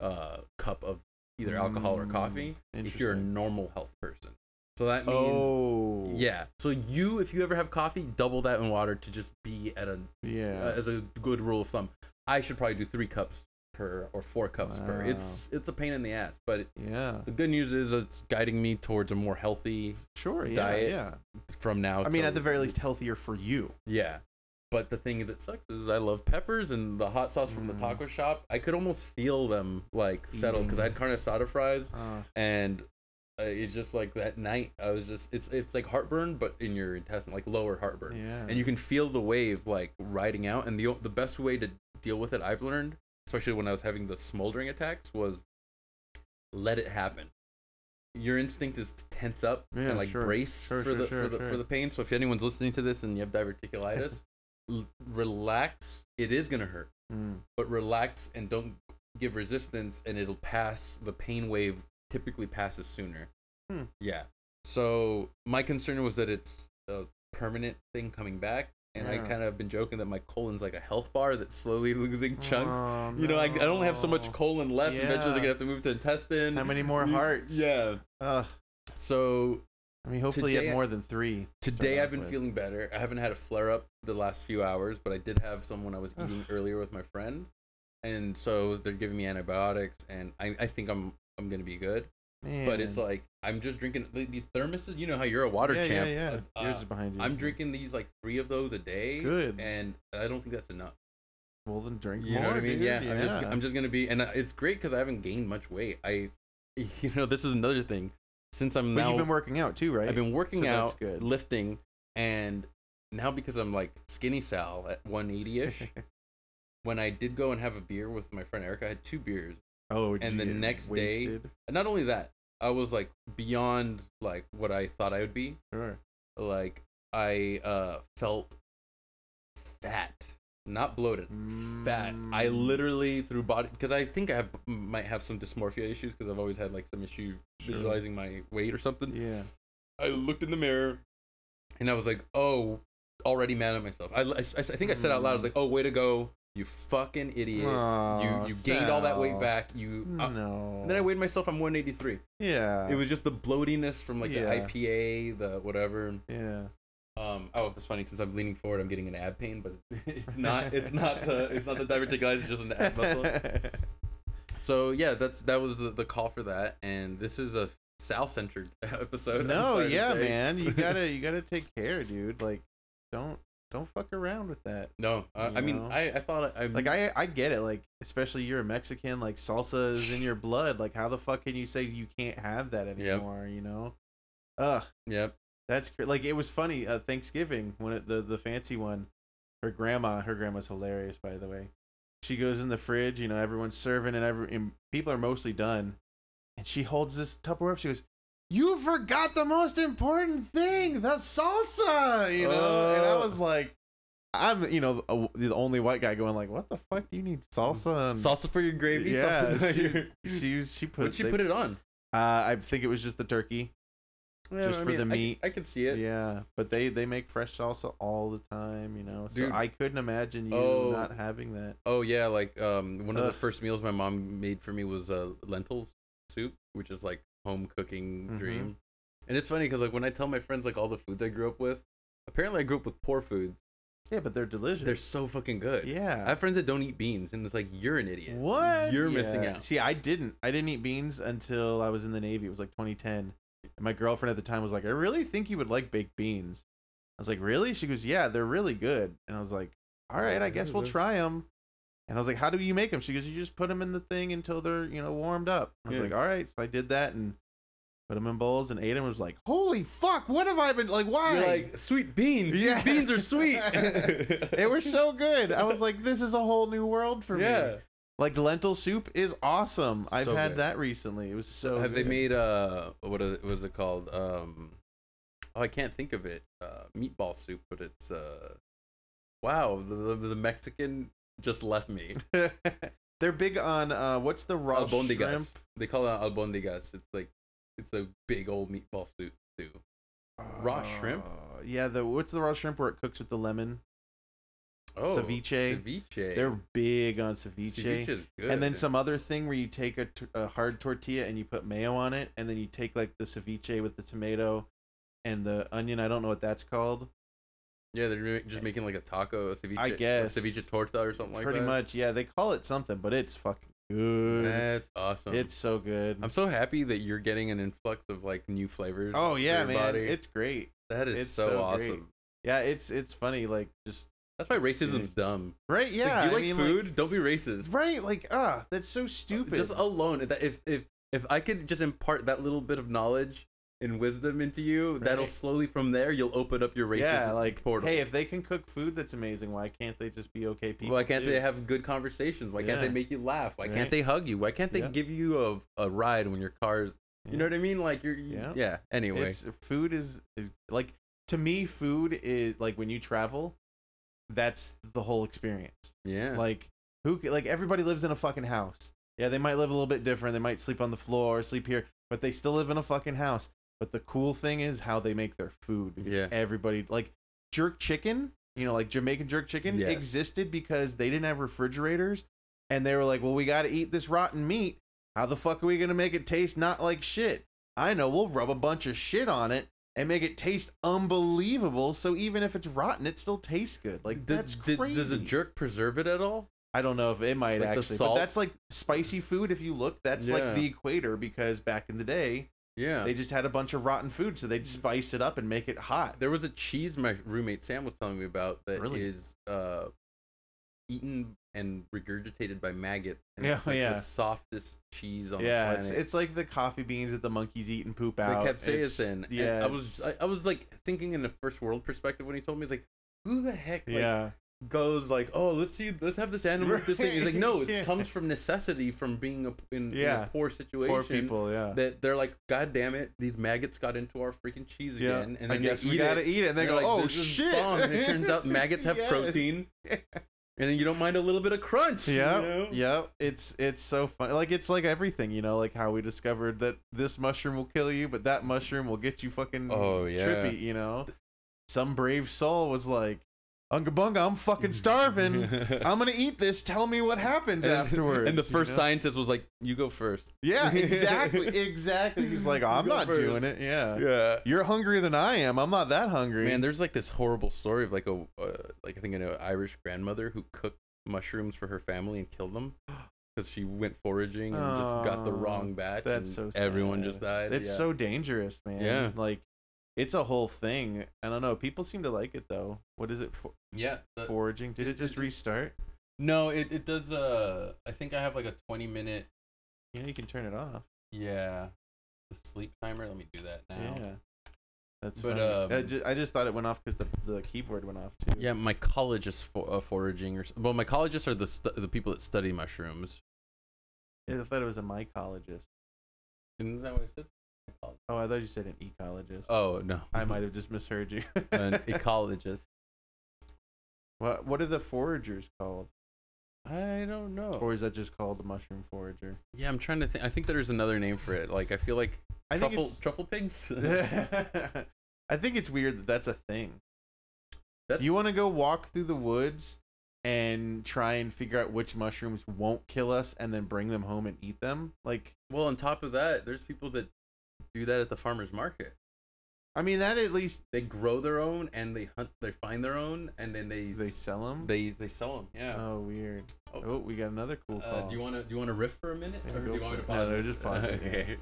uh cup of either alcohol or Mm, coffee if you're a interesting. normal health person so that means oh yeah so you if you ever have coffee double that in water to just be at a yeah. uh, as a good rule of thumb i should probably do three cups per or four cups per it's it's a pain in the ass but Yeah, the good news is it's guiding me towards a more healthy sure. Yeah, Diet. yeah. from now. I mean, till- at the very least, healthier for you. yeah. But the thing that sucks is I love peppers and the hot sauce from the Mm. taco shop. I could almost feel them like settle because I had carne asada fries Uh, and uh, it's just like that night I was just it's it's like heartburn but in your intestine like lower heartburn yeah. and you can feel the wave like riding out and the o- the best way to deal with it I've learned especially when I was having the smoldering attacks was let it happen your instinct is to tense up Yeah, and like sure. brace Sure, for sure, the sure, for the for sure. the pain so if anyone's listening to this and you have diverticulitis l- relax it is going to hurt Mm, but relax and don't give resistance and it'll pass the pain wave typically passes sooner Hmm. yeah so my concern was that it's a permanent thing coming back and i Yeah. kind of been joking that my colon's like a health bar that's slowly losing chunks oh, you know I, I only have so much no. colon left eventually Yeah. they're gonna have to move to intestine How many more You- hearts? yeah Ugh. so I mean, hopefully, you Today- have more than three. to start Today off I've been with. feeling better. I haven't had a flare up the last few hours, but I did have some when I was eating earlier with my friend, and so they're giving me antibiotics, and I, I think I'm I'm gonna be good. But it's Man. like I'm just drinking the- these thermoses. You know how you're a water yeah, champ. Yeah, yeah. Uh, Yours is behind you. I'm drinking these like three of those a day, Good. and I don't think that's enough. Well, then drink You more. know what I mean? dude, Yeah, I'm just yeah. I'm just gonna be, and uh, it's great because I haven't gained much weight. I, you know, this is another thing. Since I'm But now you've been working out too, right? I've been working So that's out, good. lifting, and now because I'm like skinny Sal at 180 ish. when I did go and have a beer with my friend Erica, I had two beers. oh, did and you the get next day- wasted? day. And not only that, I was like beyond like what I thought I would be. Sure. Like I uh felt fat. not bloated, fat. I Mm. literally through body because I think I have, might have some dysmorphia issues because I've always had like some issue Sure. visualizing my weight or something. Yeah. I looked in the mirror and I was like, oh, already mad at myself. I, I, I think I said out loud, I was like, oh, way to go, you fucking idiot. you Aw, you gained all that weight Sal. Hmm. back. You uh, No. and then I weighed myself. I'm 183. Yeah. It was just the bloatiness from like Yeah. the IPA, the whatever. Yeah. Um, oh, it's funny since I'm leaning forward, I'm getting an ab pain, but it's not. It's not the. It's not the diverticulitis. It's just an ab muscle. So yeah, that's that was the, the call for that, and this is a Sal centered episode. I'm no. sorry to Yeah, say. man. You gotta you gotta take care, dude. Like, don't don't fuck around with that. No, uh, I You mean, know? I, I thought I Like I I get it. Like especially you're a Mexican. Like salsa is in your blood. Like how the fuck can you say you can't have that anymore? You know. Ugh. Yep. That's cr- like it was funny. Uh, Thanksgiving when it, the the fancy one, her grandma. Her grandma's hilarious, by the way. She goes in the fridge. You know, everyone's serving and every and people are mostly done, and she holds this Tupperware. up, She goes, "You forgot the most important thing: the salsa." You know, and I Oh. was like. I'm, you know, a- the only white guy going like, "What the fuck do you need salsa?" And Salsa for your gravy. Yeah, salsa for she- your- she was- she put, What'd she they- put it on? Uh, I think it was just the turkey. Just for the I- meat. I, can see it. Yeah, but they they make fresh salsa all the time, you know. So Dude. I couldn't imagine you Oh. not having that. Oh yeah, like um, one of the Ugh. first meals my mom made for me was uh, lentils soup, which is like home cooking Mhm. dream. And it's funny because like when I tell my friends like all the foods I grew up with, apparently I grew up with poor foods. Yeah, but they're delicious. They're so fucking good. I yeah. have friends that don't eat beans, and it's like you're an idiot. what? You're missing Yeah. out. See, I didn't. I didn't eat beans until I was in the Navy. It was like 2010. And my girlfriend at the time was like, "I really think you would like baked beans." I was like, "Really?" She goes, "Yeah, they're really good." And I was like, "All right, I guess we'll try them." And I was like, "How do you make them?" She goes, "You just put them in the thing until they're, you know, warmed up." I was Yeah. like, "All right." So I did that and put them in bowls and ate them. was like, "Holy fuck! What have I been like? Why?" You're like sweet beans. Yeah. Yeah. These beans are sweet. they were so good. I was like, "This is a whole new world for me." yeah. Like lentil soup is awesome. I've So had good. that recently. It was so. Have they good. made uh what is, what is it called? Um, oh, I can't think of it. Uh, meatball soup, but it's uh, wow, the the, the Mexican just left me. They're big on uh, what's the raw albondigas. shrimp? They call it albondigas. It's like it's a big old meatball soup too. Raw shrimp? Uh, Yeah, the what's the raw shrimp where it cooks with the lemon? Oh, Ceviche. Ceviche. They're big on ceviche. Ceviche's good. And then some other thing where you take a, t- a hard tortilla and you put mayo on it, and then you take like the ceviche with the tomato and the onion. I don't know what that's called. Yeah, they're doing- just making like a taco, a ceviche, a guess. ceviche torta or something like Pretty that. much, yeah. They call it something, but it's fucking good. That's awesome. It's so good. I'm so happy that you're getting an influx of like new flavors. oh for yeah, your man, body. it's great. that is it's so, so awesome. great. Yeah, it's it's funny, like just That's why It's racism's good. dumb. right. It's Yeah, like, I you like mean, food? Don't be racist. right? Like ah, that's so stupid. Just alone. That- If if if I could just impart that little bit of knowledge and wisdom into you, that'll Right. slowly from there you'll open up your racism yeah, like portal. hey, if they can cook food that's amazing, why can't they just be okay people? Why can't too? they have good conversations? Why can't they Yeah. make you laugh? Why Right. can't they hug you? Why can't they Yeah. give you a, a ride when your car's you know what I mean? Like you're you- Yeah. yeah. Anyway. It's food is is like to me, food is like when you travel, that's the whole experience. yeah. Like who ca- like everybody lives in a fucking house. Yeah, they might live a little bit different. They might sleep on the floor, sleep here, but they still live in a fucking house. But the cool thing is how they make their food. Because Yeah. everybody like jerk chicken, you know, like Jamaican jerk chicken Yes. existed because they didn't have refrigerators and they were like, "Well, we got to eat this rotten meat. How the fuck are we going to make it taste not like shit?" I know, we'll rub a bunch of shit on it and make it taste unbelievable. So even if it's rotten, it still tastes good. Like Th- that's th- crazy. Does a jerk preserve it at all? I don't know if it Like might the actually, but salt? that's like spicy food. If you look, that's like Yeah. the equator because back in the day Yeah. Mm. they just had a bunch of rotten food, so they'd spice it up and make it hot. There was a cheese my roommate Sam was telling me about that is Really? uh, eaten and regurgitated by maggots. and Yeah, it's like yeah. the softest cheese on yeah, the it's, planet. it's like the coffee beans that the monkeys eat and poop the out. It's- capsaicin. And yeah, I was I, it's- I was like thinking in a first world perspective when he told me he's like, who the heck like, yeah, goes like, oh let's see let's have this animal eat this thing. He's like, no, it Yeah. comes from necessity from being a, in, in Yeah. a poor situation. poor people. Yeah, That they're like, God damn it, these maggots got into our freaking cheese yeah. again, and I then they guess we eat it. gotta eat it. And "Oh, And they go, they're like, "Oh "This is shit!" bomb." And it turns out maggots have Yes. protein. and then you don't mind a little bit of crunch. you Yep. know? Yep. It's it's so fun. Like it's like everything, you know, like how we discovered that this mushroom will kill you, but that mushroom will get you fucking Oh, yeah. trippy, you know. Some brave soul was like, Unga bunga, I'm fucking starving. I'm gonna eat this. Tell me what happens And- afterwards. And the you first know? scientist was like, "You go first. Yeah, exactly. Exactly. He's like, I'm Go not first." doing it. Yeah. Yeah. You're hungrier than I am. I'm not that hungry. Man, there's like this horrible story of like a uh, like I think an Irish grandmother who cooked mushrooms for her family and killed them because she went foraging and just got the Oh, wrong batch. that's and so sad. Everyone just died. It's yeah. so dangerous, man. Yeah. Like, it's a whole thing. I don't know. People seem to like it though. What is it? For- yeah. the- foraging? Did it just restart? no, it it does. Uh, I think I have like a 20 minute Yeah, you can turn it off. yeah the sleep timer. Let me do that now. Yeah. That's But, funny. I, um, just, I just thought it went off because the, the keyboard went off too. Yeah, mycologists for, uh, foraging or s- well, mycologists are the stu- the people that study mushrooms. I thought it was a mycologist. Isn't that what I said? Oh, I thought you said an ecologist. Oh no, I might have just misheard you. an e ecologist. what, what are the foragers called? I don't know. Or is that just called the mushroom forager? Yeah, I'm trying to think. I think there's another name for it. Like I feel like I think truffle it's- truffle pigs. I think it's weird that that's a thing. That's, You want to go walk through the woods and try and figure out which mushrooms won't kill us and then bring them home and eat them? Like, well on top of that, there's people that do that at the farmers market. I mean, that at least They grow their own and they hunt. They find their own and then they they they sell them. they, sell them. Yeah. oh, weird. Oh. Oh, we got another cool call. Uh, do you want to do you want to riff for a minute, Yeah, or do go you want me for to it. No, pause? no, it? just pause it, yeah. okay.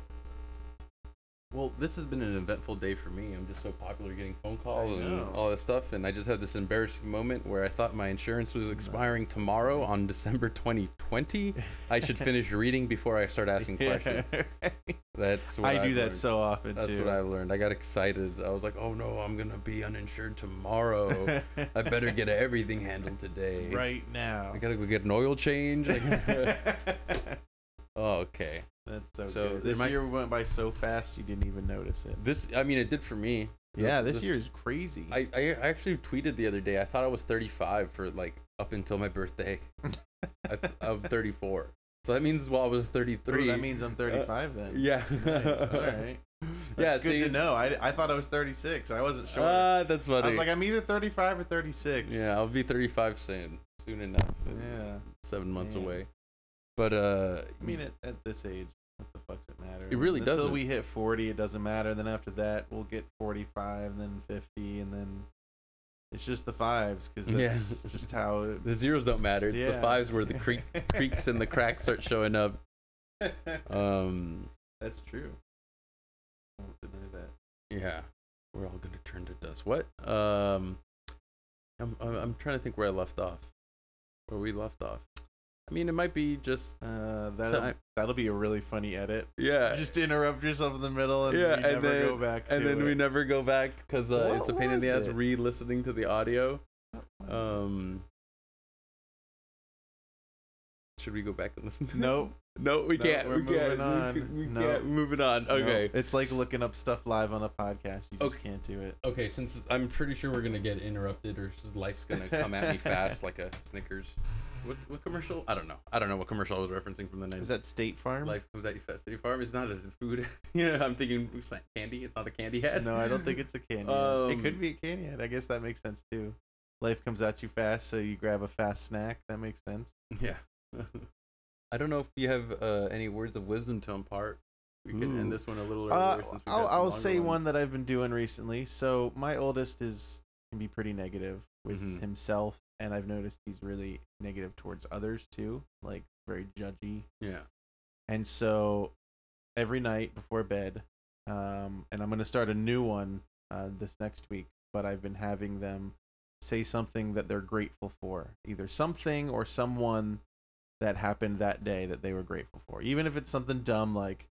Well, this has been an eventful day for me. I'm just so popular getting phone calls and know. all this stuff, and I just had this embarrassing moment where I thought my insurance was expiring tomorrow on December 2020. I should finish reading before I start asking questions. That's what I do I've that learned. so often That's too. what I learned. I got excited. I was like, "Oh no, I'm gonna be uninsured tomorrow. I better get everything handled today. right now. I gotta go get an oil change." That's oh, okay. So so, good. there This might- year went by so fast you didn't even notice it. This, I mean, it did for me. Yeah, this, year is crazy. I, I actually tweeted the other day. I thought I was 35 for like up until my birthday. I, th- I'm 34. So that means while I was Oh, 33. that means I'm 35 then. Uh, yeah. Nice. All right. yeah. That's good see? to know. I, I thought I was 36. I wasn't sure. Ah, that's funny. I was like, I'm either 35 or 36. yeah, I'll be 35 soon. Soon enough. in Yeah. Seven months Man. away. But uh, I mean, at, at this age, what the fuck's it matter? It really Until doesn't. we hit 40, it doesn't matter. Then after that, we'll get 45, and then 50, and then it's just the fives because Yeah. that's just how it. the zeros don't matter. It's the Yeah. fives where the creak, creaks and the cracks start showing up. Um, that's true. I won't deny that. Yeah, we're all gonna turn to dust. What? Um, I'm I'm, I'm trying to think where I left off, where we left off. I mean, it might be just Uh, that'll, I- that'll be a really funny edit. yeah, Just interrupt yourself in the middle, and Yeah, and we never then- go back. and to then we it. never go back because uh, it's a What pain in the ass was it? re-listening to the audio. Um, should we go back and listen? to it? Nope. no, we No, can't. we're we can't. moving on. We, can, we No. can't. Moving on. Okay. Nope. It's like looking up stuff live on a podcast. You just Okay. can't do it. Okay, since I'm pretty sure we're gonna get interrupted or life's gonna come at me fast like a Snickers. What's what commercial? I don't know. I don't know what commercial I was referencing from the name. Is that State Farm? Life comes at you fast. City Farm is not a food. yeah, I'm thinking it's not candy. It's not a candy head. No, I don't think it's a candy. it Um, could be a candy. head. I guess that makes sense too. Life comes at you fast, so you grab a fast snack. That makes sense. Yeah. I don't know if you have uh, any words of wisdom to impart. We can end Ooh. this one a little earlier Uh, since we I'll, I'll say one that I've been doing recently. So my oldest is can be pretty negative with Mhm. himself, and I've noticed he's really negative towards others too, like very judgy. Yeah. And so every night before bed, um, and I'm going to start a new one uh, this next week, but I've been having them say something that they're grateful for, either something or someone that happened that day that they were grateful for. Even if it's something dumb like,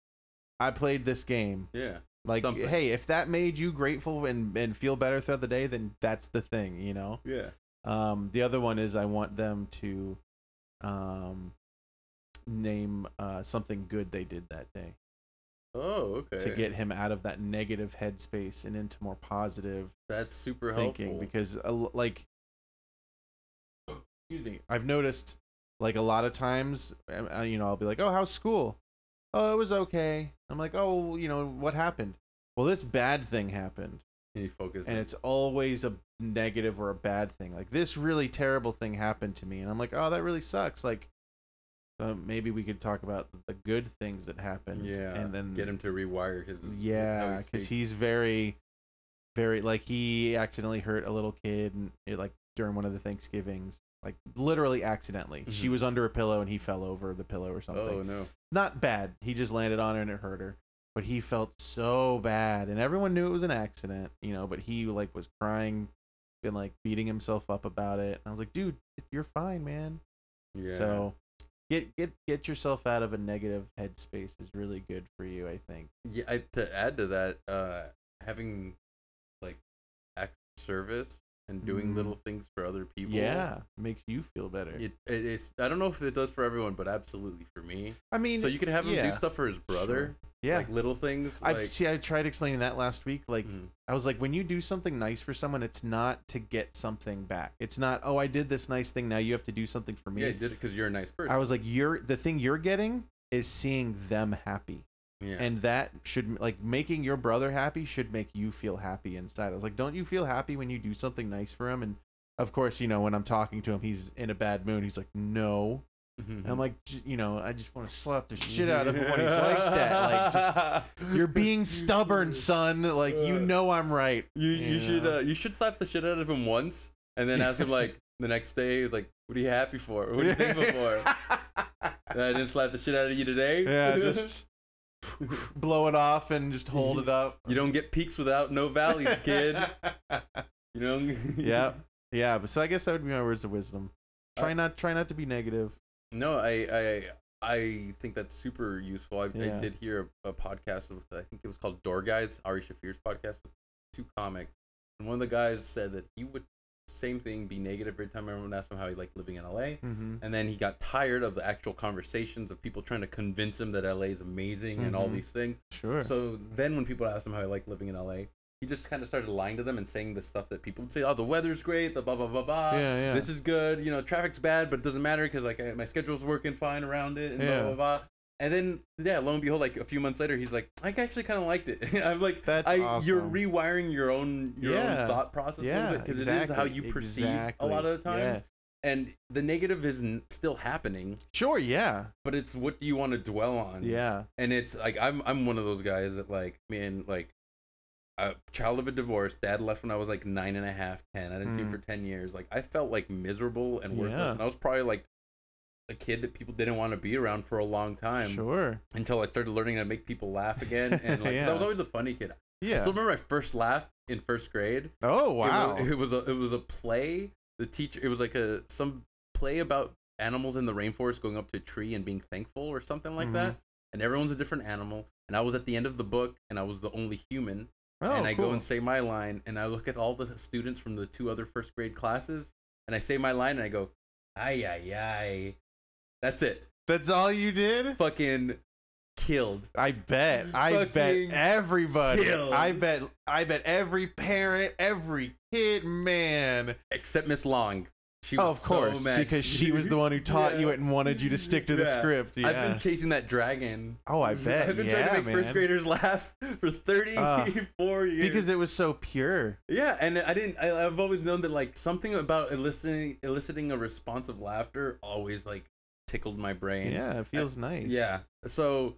I played this game. Yeah. Like, Something. hey, if that made you grateful and, and feel better throughout the day, then that's the thing, you know? Yeah. Um, the other one is I want them to um, name uh, something good they did that day Oh, okay. to get him out of that negative headspace and into more positive That's super thinking. uh, helpful. Because uh, like excuse me i've noticed like a lot of times um, uh, you know i'll be like oh how's school oh it was okay i'm like oh you know what happened well this bad thing happened and you focus. and on- it's always a negative or a bad thing like this really terrible thing happened to me and i'm like oh that really sucks like uh, maybe we could talk about the good things that happened yeah, and then get him to rewire his. yeah because he's very very like he accidentally hurt a little kid and it, like during one of the thanksgivings like literally accidentally she Mhm. was under a pillow and he fell over the pillow or something Oh no! not bad he just landed on her and it hurt her but he felt so bad and everyone knew it was an accident you know but he like was crying and like beating himself up about it and i was like dude you're fine man Yeah. so get get get yourself out of a negative headspace is really good for you i think yeah I, to add to that uh having like acts of service and doing Mm. little things for other people Yeah, makes you feel better. it, it it's i don't know if it does for everyone but absolutely for me I mean, so you can have him yeah, do stuff for his brother yeah. like little things I like see. I tried explaining that last week. Like, Mhm. I was like, when you do something nice for someone, it's not to get something back. It's not, oh, I did this nice thing. Now you have to do something for me. yeah you did it because you're a nice person I was like, you're the thing you're getting is seeing them happy, yeah and that should like making your brother happy should make you feel happy inside. I was like, don't you feel happy when you do something nice for him? And of course, you know, when I'm talking to him, he's in a bad mood. He's like, no, Mm-hmm. And I'm like, "J- you know, I just want to slap the shit out of him when he's like that. Like, just, you're being stubborn, son. Like, Uh. you know I'm right. you, you should Yeah. uh, you should slap the shit out of him once and then ask him like the next day he's like what are you happy for what are you thankful for and i didn't slap the shit out of you today yeah, just blow it off and just hold it up. You don't get peaks without no valleys, kid. You know. yeah, yeah. But so I guess that would be my words of wisdom. Try not, try not to be negative. No, I I I think that's super useful. I, Yeah. I did hear a, a podcast with I think it was called Door Guys, Ari Shafir's podcast with two comics, and one of the guys said that he would same thing be negative every time everyone asked him how he liked living in LA. Mm-hmm. And then he got tired of the actual conversations of people trying to convince him that LA is amazing and all Mhm. these things. Sure. So then when people asked him how he liked living in LA, he just kind of started lying to them and saying the stuff that people would say, oh, the weather's great, the blah, blah, blah, blah. Yeah, yeah. uh, This is good. You know, traffic's bad, but it doesn't matter because, like, I, my schedule's working fine around it and Yeah. blah, blah, blah. And then, yeah, lo and behold, like a few months later, he's like, I actually kind of liked it. I'm like, That's I, you're awesome. rewiring your own your Yeah. own thought process a yeah, little bit because it is how exactly, you perceive exactly. a lot of the times. Yeah. And the negative is n- still happening, Sure. Yeah. but it's what do you want to dwell on? Yeah. and it's like I'm I'm one of those guys that like man like a child of a divorce dad left when I was like nine and a half ten I didn't see him Mm. for ten years like I felt like miserable and worthless Yeah. and I was probably like a kid that people didn't want to be around for a long time Sure. until I started learning how to make people laugh again and like 'cause I was Yeah. always a funny kid I Yeah. still remember my first laugh in first grade oh it wow. was- It was, a it was a play. The teacher it was like a some play about animals in the rainforest going up to a tree and being thankful or something like Mhm. that. And everyone's a different animal. And I was at the end of the book and I was the only human. oh, and I cool. go and say my line and I look at all the students from the two other first grade classes and I say my line and I go, ay ay ay. That's it. That's all you did. Fucking killed. I bet. I bet Fucking everybody. killed. I bet. I bet every parent, every kid, man. Except Miss Long. She was Oh, of course, so mad. because she was the one who taught you Yeah. it and wanted you to stick to the Yeah. script. Yeah. I've been chasing that dragon. oh, I bet. I've been yeah, trying to make man. Ah, first graders laugh for 34 years. because it was so pure. yeah, and I didn't. I, I've always known that like something about eliciting eliciting a response of laughter always like tickled my brain. Yeah, it feels nice. yeah. So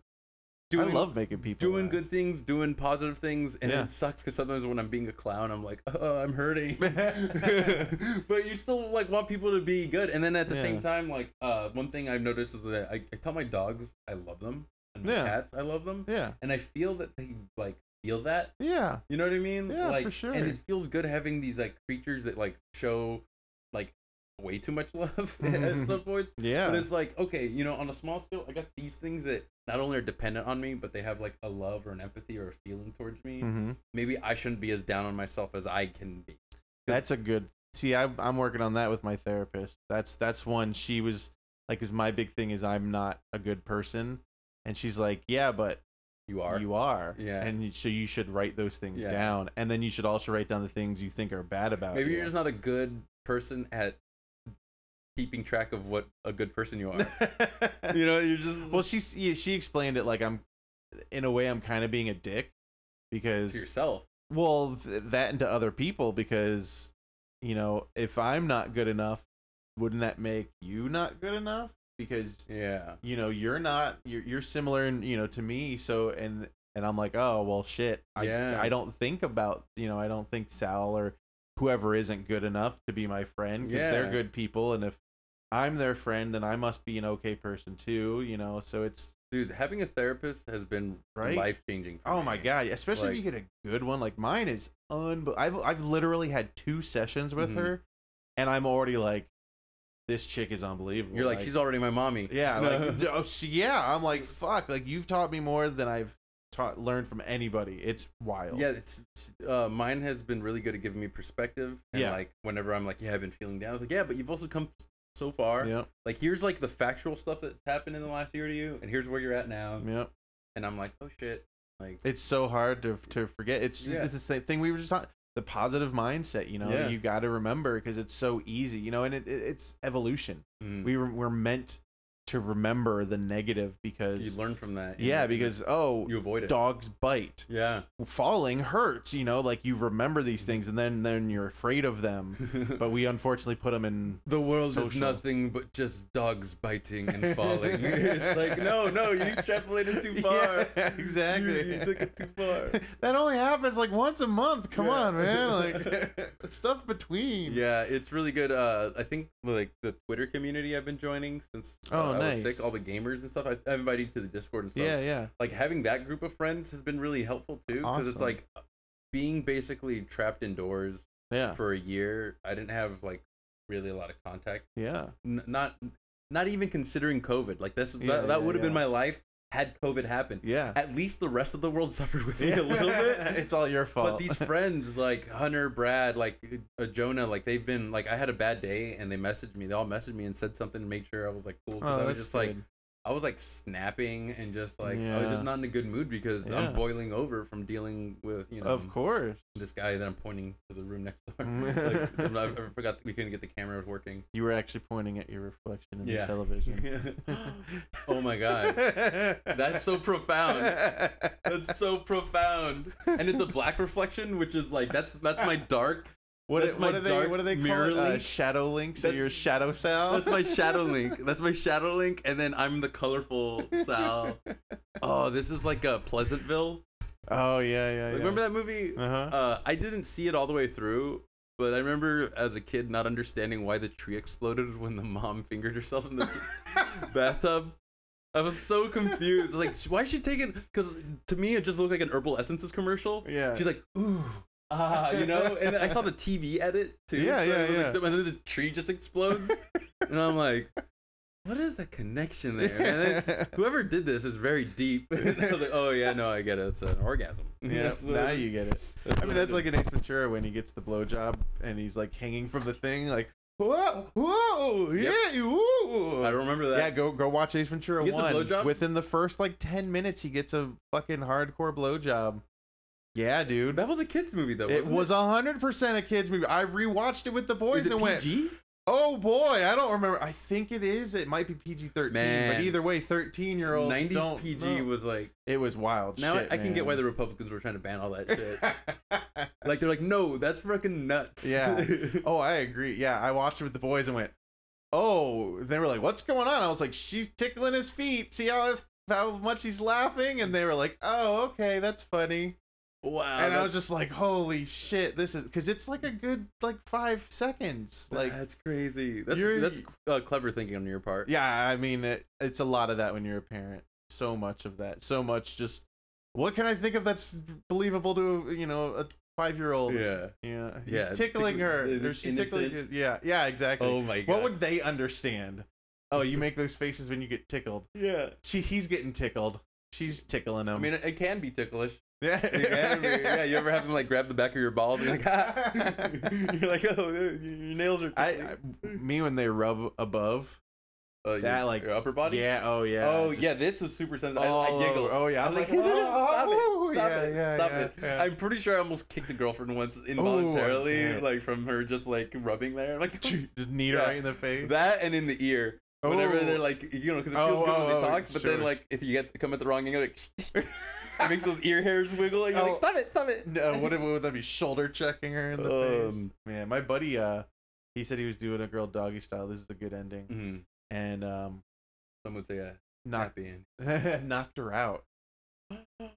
I doing love making people doing laugh. good things, doing positive things, and Yeah. it sucks because sometimes when I'm being a clown, I'm like, oh, I'm hurting. but you still like want people to be good, and then at the Yeah. same time, like uh, one thing I've noticed is that I, I tell my dogs I love them, and my Yeah. cats I love them, Yeah, and I feel that they like feel that. yeah, You know what I mean? Yeah, for like, sure. And it feels good having these like creatures that like show like way too much love at some points. But Mm-hmm, yeah. it's like okay, you know, on a small scale, I got these things that not only are dependent on me, but they have like a love or an empathy or a feeling towards me. hmm Maybe I shouldn't be as down on myself as I can be. That's a good. See, I, I'm working on that with my therapist. That's that's one. She was like, "Is my big thing is I'm not a good person," and she's like, "Yeah, but You are. You are. Yeah. And you- so you should write those things Yeah. down. And then you should also write down the things you think are bad about Maybe you. you're just not a good person at keeping track of what a good person you are. you know, you're just well, she she explained it like I'm, in a way, I'm kind of being a dick because to yourself. well th- that and to other people because you know if I'm not good enough, wouldn't that make you not good enough? Because Yeah. you know you're not you're, you're similar and you know to me so and and i'm like oh well shit i Yeah. i don't think about you know i don't think sal or whoever isn't good enough to be my friend because they're Yeah. good people and if i'm their friend then i must be an okay person too you know so it's Dude, having a therapist has been Right? life changing. oh my god especially if you Like- get a good one like mine is unbe- I've, I've literally had two sessions with Mhm. her and i'm already like this chick is unbelievable You're like, she's already my mommy. Yeah, No. like d- oh, so yeah, I'm like fuck. Like you've taught me more than I've taught learned from anybody. It's wild. Yeah, it's, it's, uh, mine has been really good at giving me perspective. And Yeah. like whenever I'm like, yeah, I've been feeling down. I was like, yeah, but you've also come so far. Yep. Like here's like the factual stuff that's happened in the last year to you, and here's where you're at now. Yep. And I'm like, oh shit. Like It's so hard to to forget. It's just, Yeah. it's the same thing we were just talking. The positive mindset, you know, Yeah. you got to remember because it's so easy, you know, and it, it it's evolution. mm, We were, we're meant to remember the negative you because learn from that. you yeah, know, because oh, you avoid it. dogs bite. Yeah. Falling hurts, you know, like you remember these things and then then you're afraid of them. But we unfortunately put them in the world is Social. nothing but just dogs biting and falling. it's like, no, no, you extrapolated too far. Yeah, exactly. You, you took it too far. that only happens like once a month. Come Yeah. on, man. Like stuff between. Yeah, it's really good. Uh, I think like the Twitter community I've been joining since uh, Oh, I nice. was sick, all the gamers and stuff. I, I've invited you to the Discord and stuff. Yeah, yeah. Like having that group of friends has been really helpful too, because it's Awesome. like being basically trapped indoors Yeah. for a year. I didn't have like really a lot of contact. Yeah. N- not not even considering COVID. Like this, Yeah, that, that yeah, would have been yeah. my life had COVID happened. Yeah. At least the rest of the world suffered with me Yeah. a little bit. it's all your fault. Oh, But these friends, like Hunter, Brad, like uh, Jonah, like they've been like I had a bad day and they messaged me. They all messaged me and said something to make sure I was like cool. 'cause Oh, I was that's just like good. I was like snapping and just like I was Yeah. just not in a good mood because Yeah. I'm boiling over from dealing with you know of course. this guy that I'm pointing to the room next door. like, I'm not- I forgot that we couldn't get the camera working. You were actually pointing at your reflection in Yeah. the television. oh my god, that's so profound. That's so profound. And it's a black reflection, which is like that's that's my dark. what, that's what my are they? dark What do they call mirror it? Uh, link. shadow links or That's- your shadow sound? That's my shadow link. That's my shadow link, and then I'm the colorful Sal. Oh, this is like a Pleasantville. Oh yeah, yeah. yeah. Remember that movie? Uh-huh. Uh, I didn't see it all the way through, but I remember as a kid not understanding why the tree exploded when the mom fingered herself in the bathtub. I was so confused. Like, why is she taking? Because to me, it just looked like an herbal essences commercial. yeah. She's like, ooh, ah, you know? And then I saw the TV edit too. Yeah, so it yeah, was like yeah. some- and then the tree just explodes. and I'm like, what is the connection there? And it's, whoever did this is very deep. And I was like, oh, yeah, no, I get it. It's an orgasm. Yeah, That's what now it is. you get it. I mean, what that's it like an Ace Ventura when he gets the blowjob and he's like hanging from the thing, like whoa, whoa, Yep. yeah, ooh. is. I remember that. yeah, go go watch Ace Ventura He gets a one. blowjob? Within the first like ten minutes, he gets a fucking hardcore blowjob. Yeah, dude, That was a kids movie, though. it wasn't was hundred percent a kids movie. I rewatched it with the boys Is it and went, PG? oh boy, I don't remember. I think it is. It might be PG thirteen, but Man. either way, thirteen year olds 90s don't. PG know. was like. it was wild. Now shit, I, I can get why man. the Republicans were trying to ban all that shit. like, they're like, no, that's freaking nuts. Yeah. Oh, I agree. Yeah, I watched it with the boys and went, "Oh!" They were like, "What's going on?" I was like, "She's tickling his feet. See how how much he's laughing?" And they were like, "Oh, okay, that's funny." wow. and I that's- was just like, "Holy shit! This is because it's like a good like five seconds. Like, that's crazy. That's You're- that's uh, clever thinking on your part. yeah, I mean, it, it's a lot of that when you're a parent. So much of that. So much just what can I think of that's believable to you know a five year old? Yeah. Yeah, he's Yeah, tickling- tickling her. it Or is she's tickling. innocent. Yeah, yeah, exactly. Oh my god. What would they understand? Oh, you make those faces when you get tickled. Yeah. She, he's getting tickled. She's tickling him. I mean, it, it can be ticklish. yeah, It can be. yeah. You ever have them like grab the back of your balls and you're like, "Ah." you're like, oh, your nails are. I, I- me when they rub above, Uh, your- That, like- your upper body. Yeah. Oh yeah. oh just yeah, this was super sensitive. I, I all giggled. over. Oh yeah. I'm like, stop "Oh, it, stop yeah, it, yeah, stop yeah, it. yeah. I'm pretty sure I almost kicked a girlfriend once involuntarily, bet. like from her just like rubbing there. I'm like just need her Yeah. right in the face. that and in the ear. Whenever Oh. they're like, you know, because it Oh, feels good when oh, they oh, talk, but then sure. like if you get come at the wrong angle, like, it makes those ear hairs wiggle. And you're Oh. like, stop it, stop it. No, what, if- what would that be? Shoulder checking her in the face. Um. Man, my buddy, uh, he said he was doing a girl doggy style. This is a good ending, Mm, and um, some would say, uh, not knocked being. knocked her out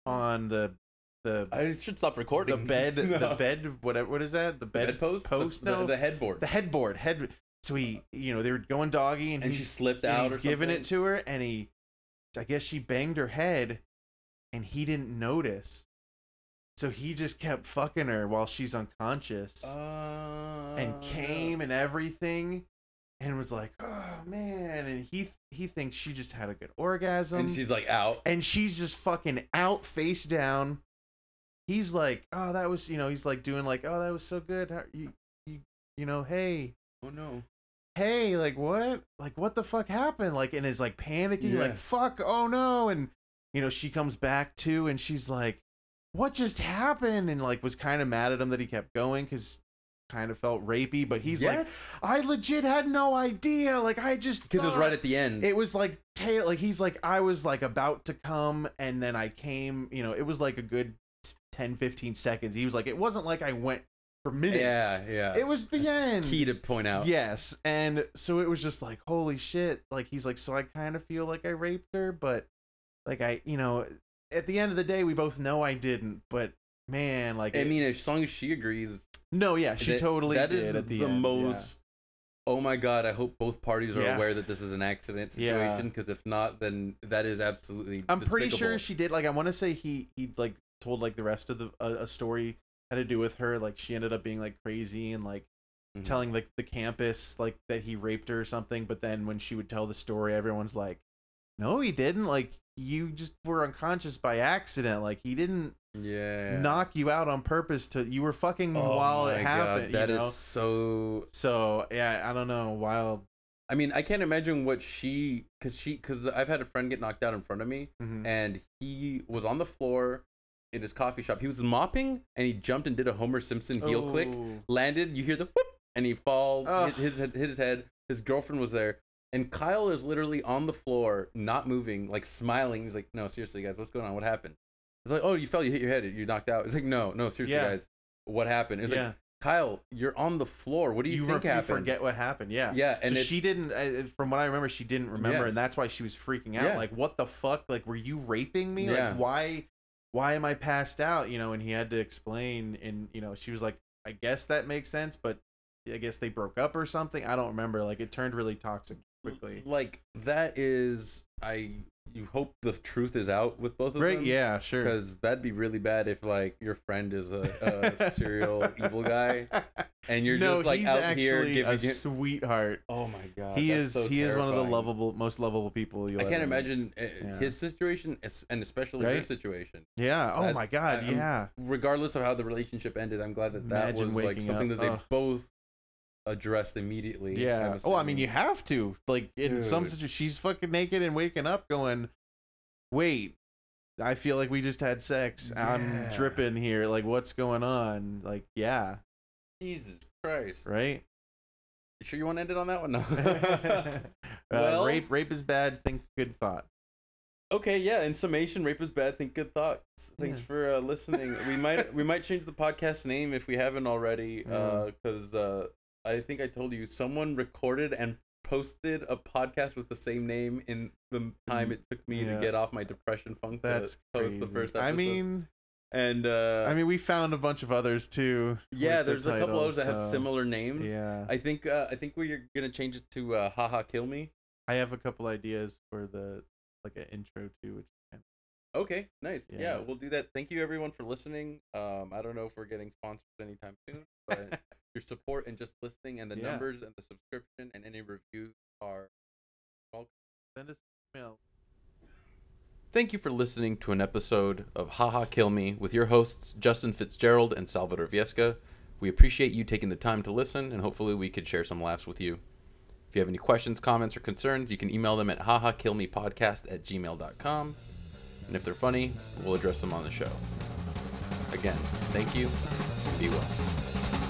on the the I should stop the recording. bed the No. bed whatever what is that the The bed, bedpost? post? The, the- No. the headboard. the headboard head. So he, you know, they were going doggy, and, and he's, she slipped and out or he's giving something. it to her, and he, I guess she banged her head, and he didn't notice. So he just kept fucking her while she's unconscious. Oh, Uh, and came and everything and was like oh man and he he thinks she just had a good orgasm and she's like out. and she's just fucking out face down he's like oh that was you know he's like doing like oh that was so good How, you, you you know hey Oh no. hey like what like what the fuck happened like and is like panicking Yeah. like fuck oh no and you know she comes back too and she's like what just happened and like was kind of mad at him that he kept going because kind of felt rapey but he's like I legit had no idea. Like I just because it was thought- right at the end. It was like tail. Like he's like I was like about to come, and then I came. You know, it was like a good 10, 15 seconds. He was like, it wasn't like I went for minutes. yeah, yeah. it was the end. key to point out. Yes, and so it was just like holy shit. Like he's like, so I kind of feel like I raped her, but like I, you know, at the end of the day, we both know I didn't. But man, like I it- mean, as long as she agrees, no, yeah, she that- totally That did is at the, the end, yeah. most. Oh my god! I hope both parties are Yeah. aware that this is an accident Yeah. situation. Because if not, then that is absolutely. I'm pretty sure despicable. she did. Like, I want to say he he like told like the rest of the uh, a, a story had to do with her. Like, she ended up being like crazy and like Mhm. telling like the campus like that he raped her or something. But then when she would tell the story, everyone's like, "No, he didn't. Like, you just were unconscious by accident. Like, he didn't Yeah. knock you out on purpose. To you were fucking Oh while it my God, happened. that you is know? so. so yeah. I don't know. Wild. I mean, I can't imagine what she, because she, because I've had a friend get knocked out in front of me, Mhm. and he was on the floor in his coffee shop. He was mopping, and he jumped and did a Homer Simpson heel click, Oh. landed. You hear the whoop, and he falls. Ugh. Hit his head, hit his head. His girlfriend was there, and Kyle is literally on the floor, not moving, like smiling. He's like, "No, seriously, guys, what's going on? What happened?" It's like, "Oh, you fell. You hit your head. You're knocked out." It's like, "No, no, seriously, Yeah. guys, what happened?" It's yeah. like, "Kyle, you're on the floor. What do you, you, think re- you happened?" forget what happened. Yeah. Yeah, and and it- she didn't I- from what i remember she didn't remember Yeah. and that's why she was freaking out Yeah. like what the fuck like were you raping me Yeah. like why why am i passed out you know and he had to explain and you know she was like i guess that makes sense but i guess they broke up or something i don't remember like it turned really toxic quickly Like that is, I you hope the truth is out with both of right them. yeah sure Because that'd be really bad if like your friend is a, a serial evil guy and you're no, just like he's out actually here a giving him. sweetheart Oh my god, he that's is so he is one of the terrifying. lovable most lovable people you I can't imagine uh, Yeah. his situation es- and especially your Right? situation. yeah oh That's- my god I- I'm- yeah Regardless of how the relationship ended, I'm glad that that Imagine was like waking something up, that they ugh. both addressed immediately. Yeah. I'm Oh, I assuming. mean, you have to. Like in some Dude. situ she's fucking naked and waking up going, "Wait, I feel like we just had sex. I'm Yeah. dripping here. Like what's going on?" Like, yeah, Jesus Christ. right? You sure you want to end it on that one? No. Uh, Well- rape rape is bad. Think good thought. Okay, yeah. In summation, rape is bad. Think good thoughts. Thanks Yeah. for uh, listening. we might we might change the podcast name if we haven't already, Yeah. because uh, I think I told you someone recorded and posted a podcast with the same name in the time it took me Mm, Yeah. to get off my depression funk That's to post crazy. the first. Episode. I mean, and uh, I mean we found a bunch of others too. yeah, with the there's a couple title, others that have so, similar names. Yeah. I think uh, I think we're gonna change it to uh, "Haha Kill Me." I have a couple ideas for the like an intro too, which Okay, nice. Yeah. Yeah. we'll do that. Thank you everyone for listening. Um, I don't know if we're getting sponsors anytime soon, but your support and just listening and the Yeah. numbers and the subscription and any reviews are send us an email. Thank you for listening to an episode of Haha Kill Me with your hosts Justin Fitzgerald and Salvador Viesca. We appreciate you taking the time to listen and hopefully we could share some laughs with you. If you have any questions, comments, or concerns, you can email them at hahakillmepodcast at gmail.com. And if they're funny, we'll address them on the show. Again, thank you. and Be well.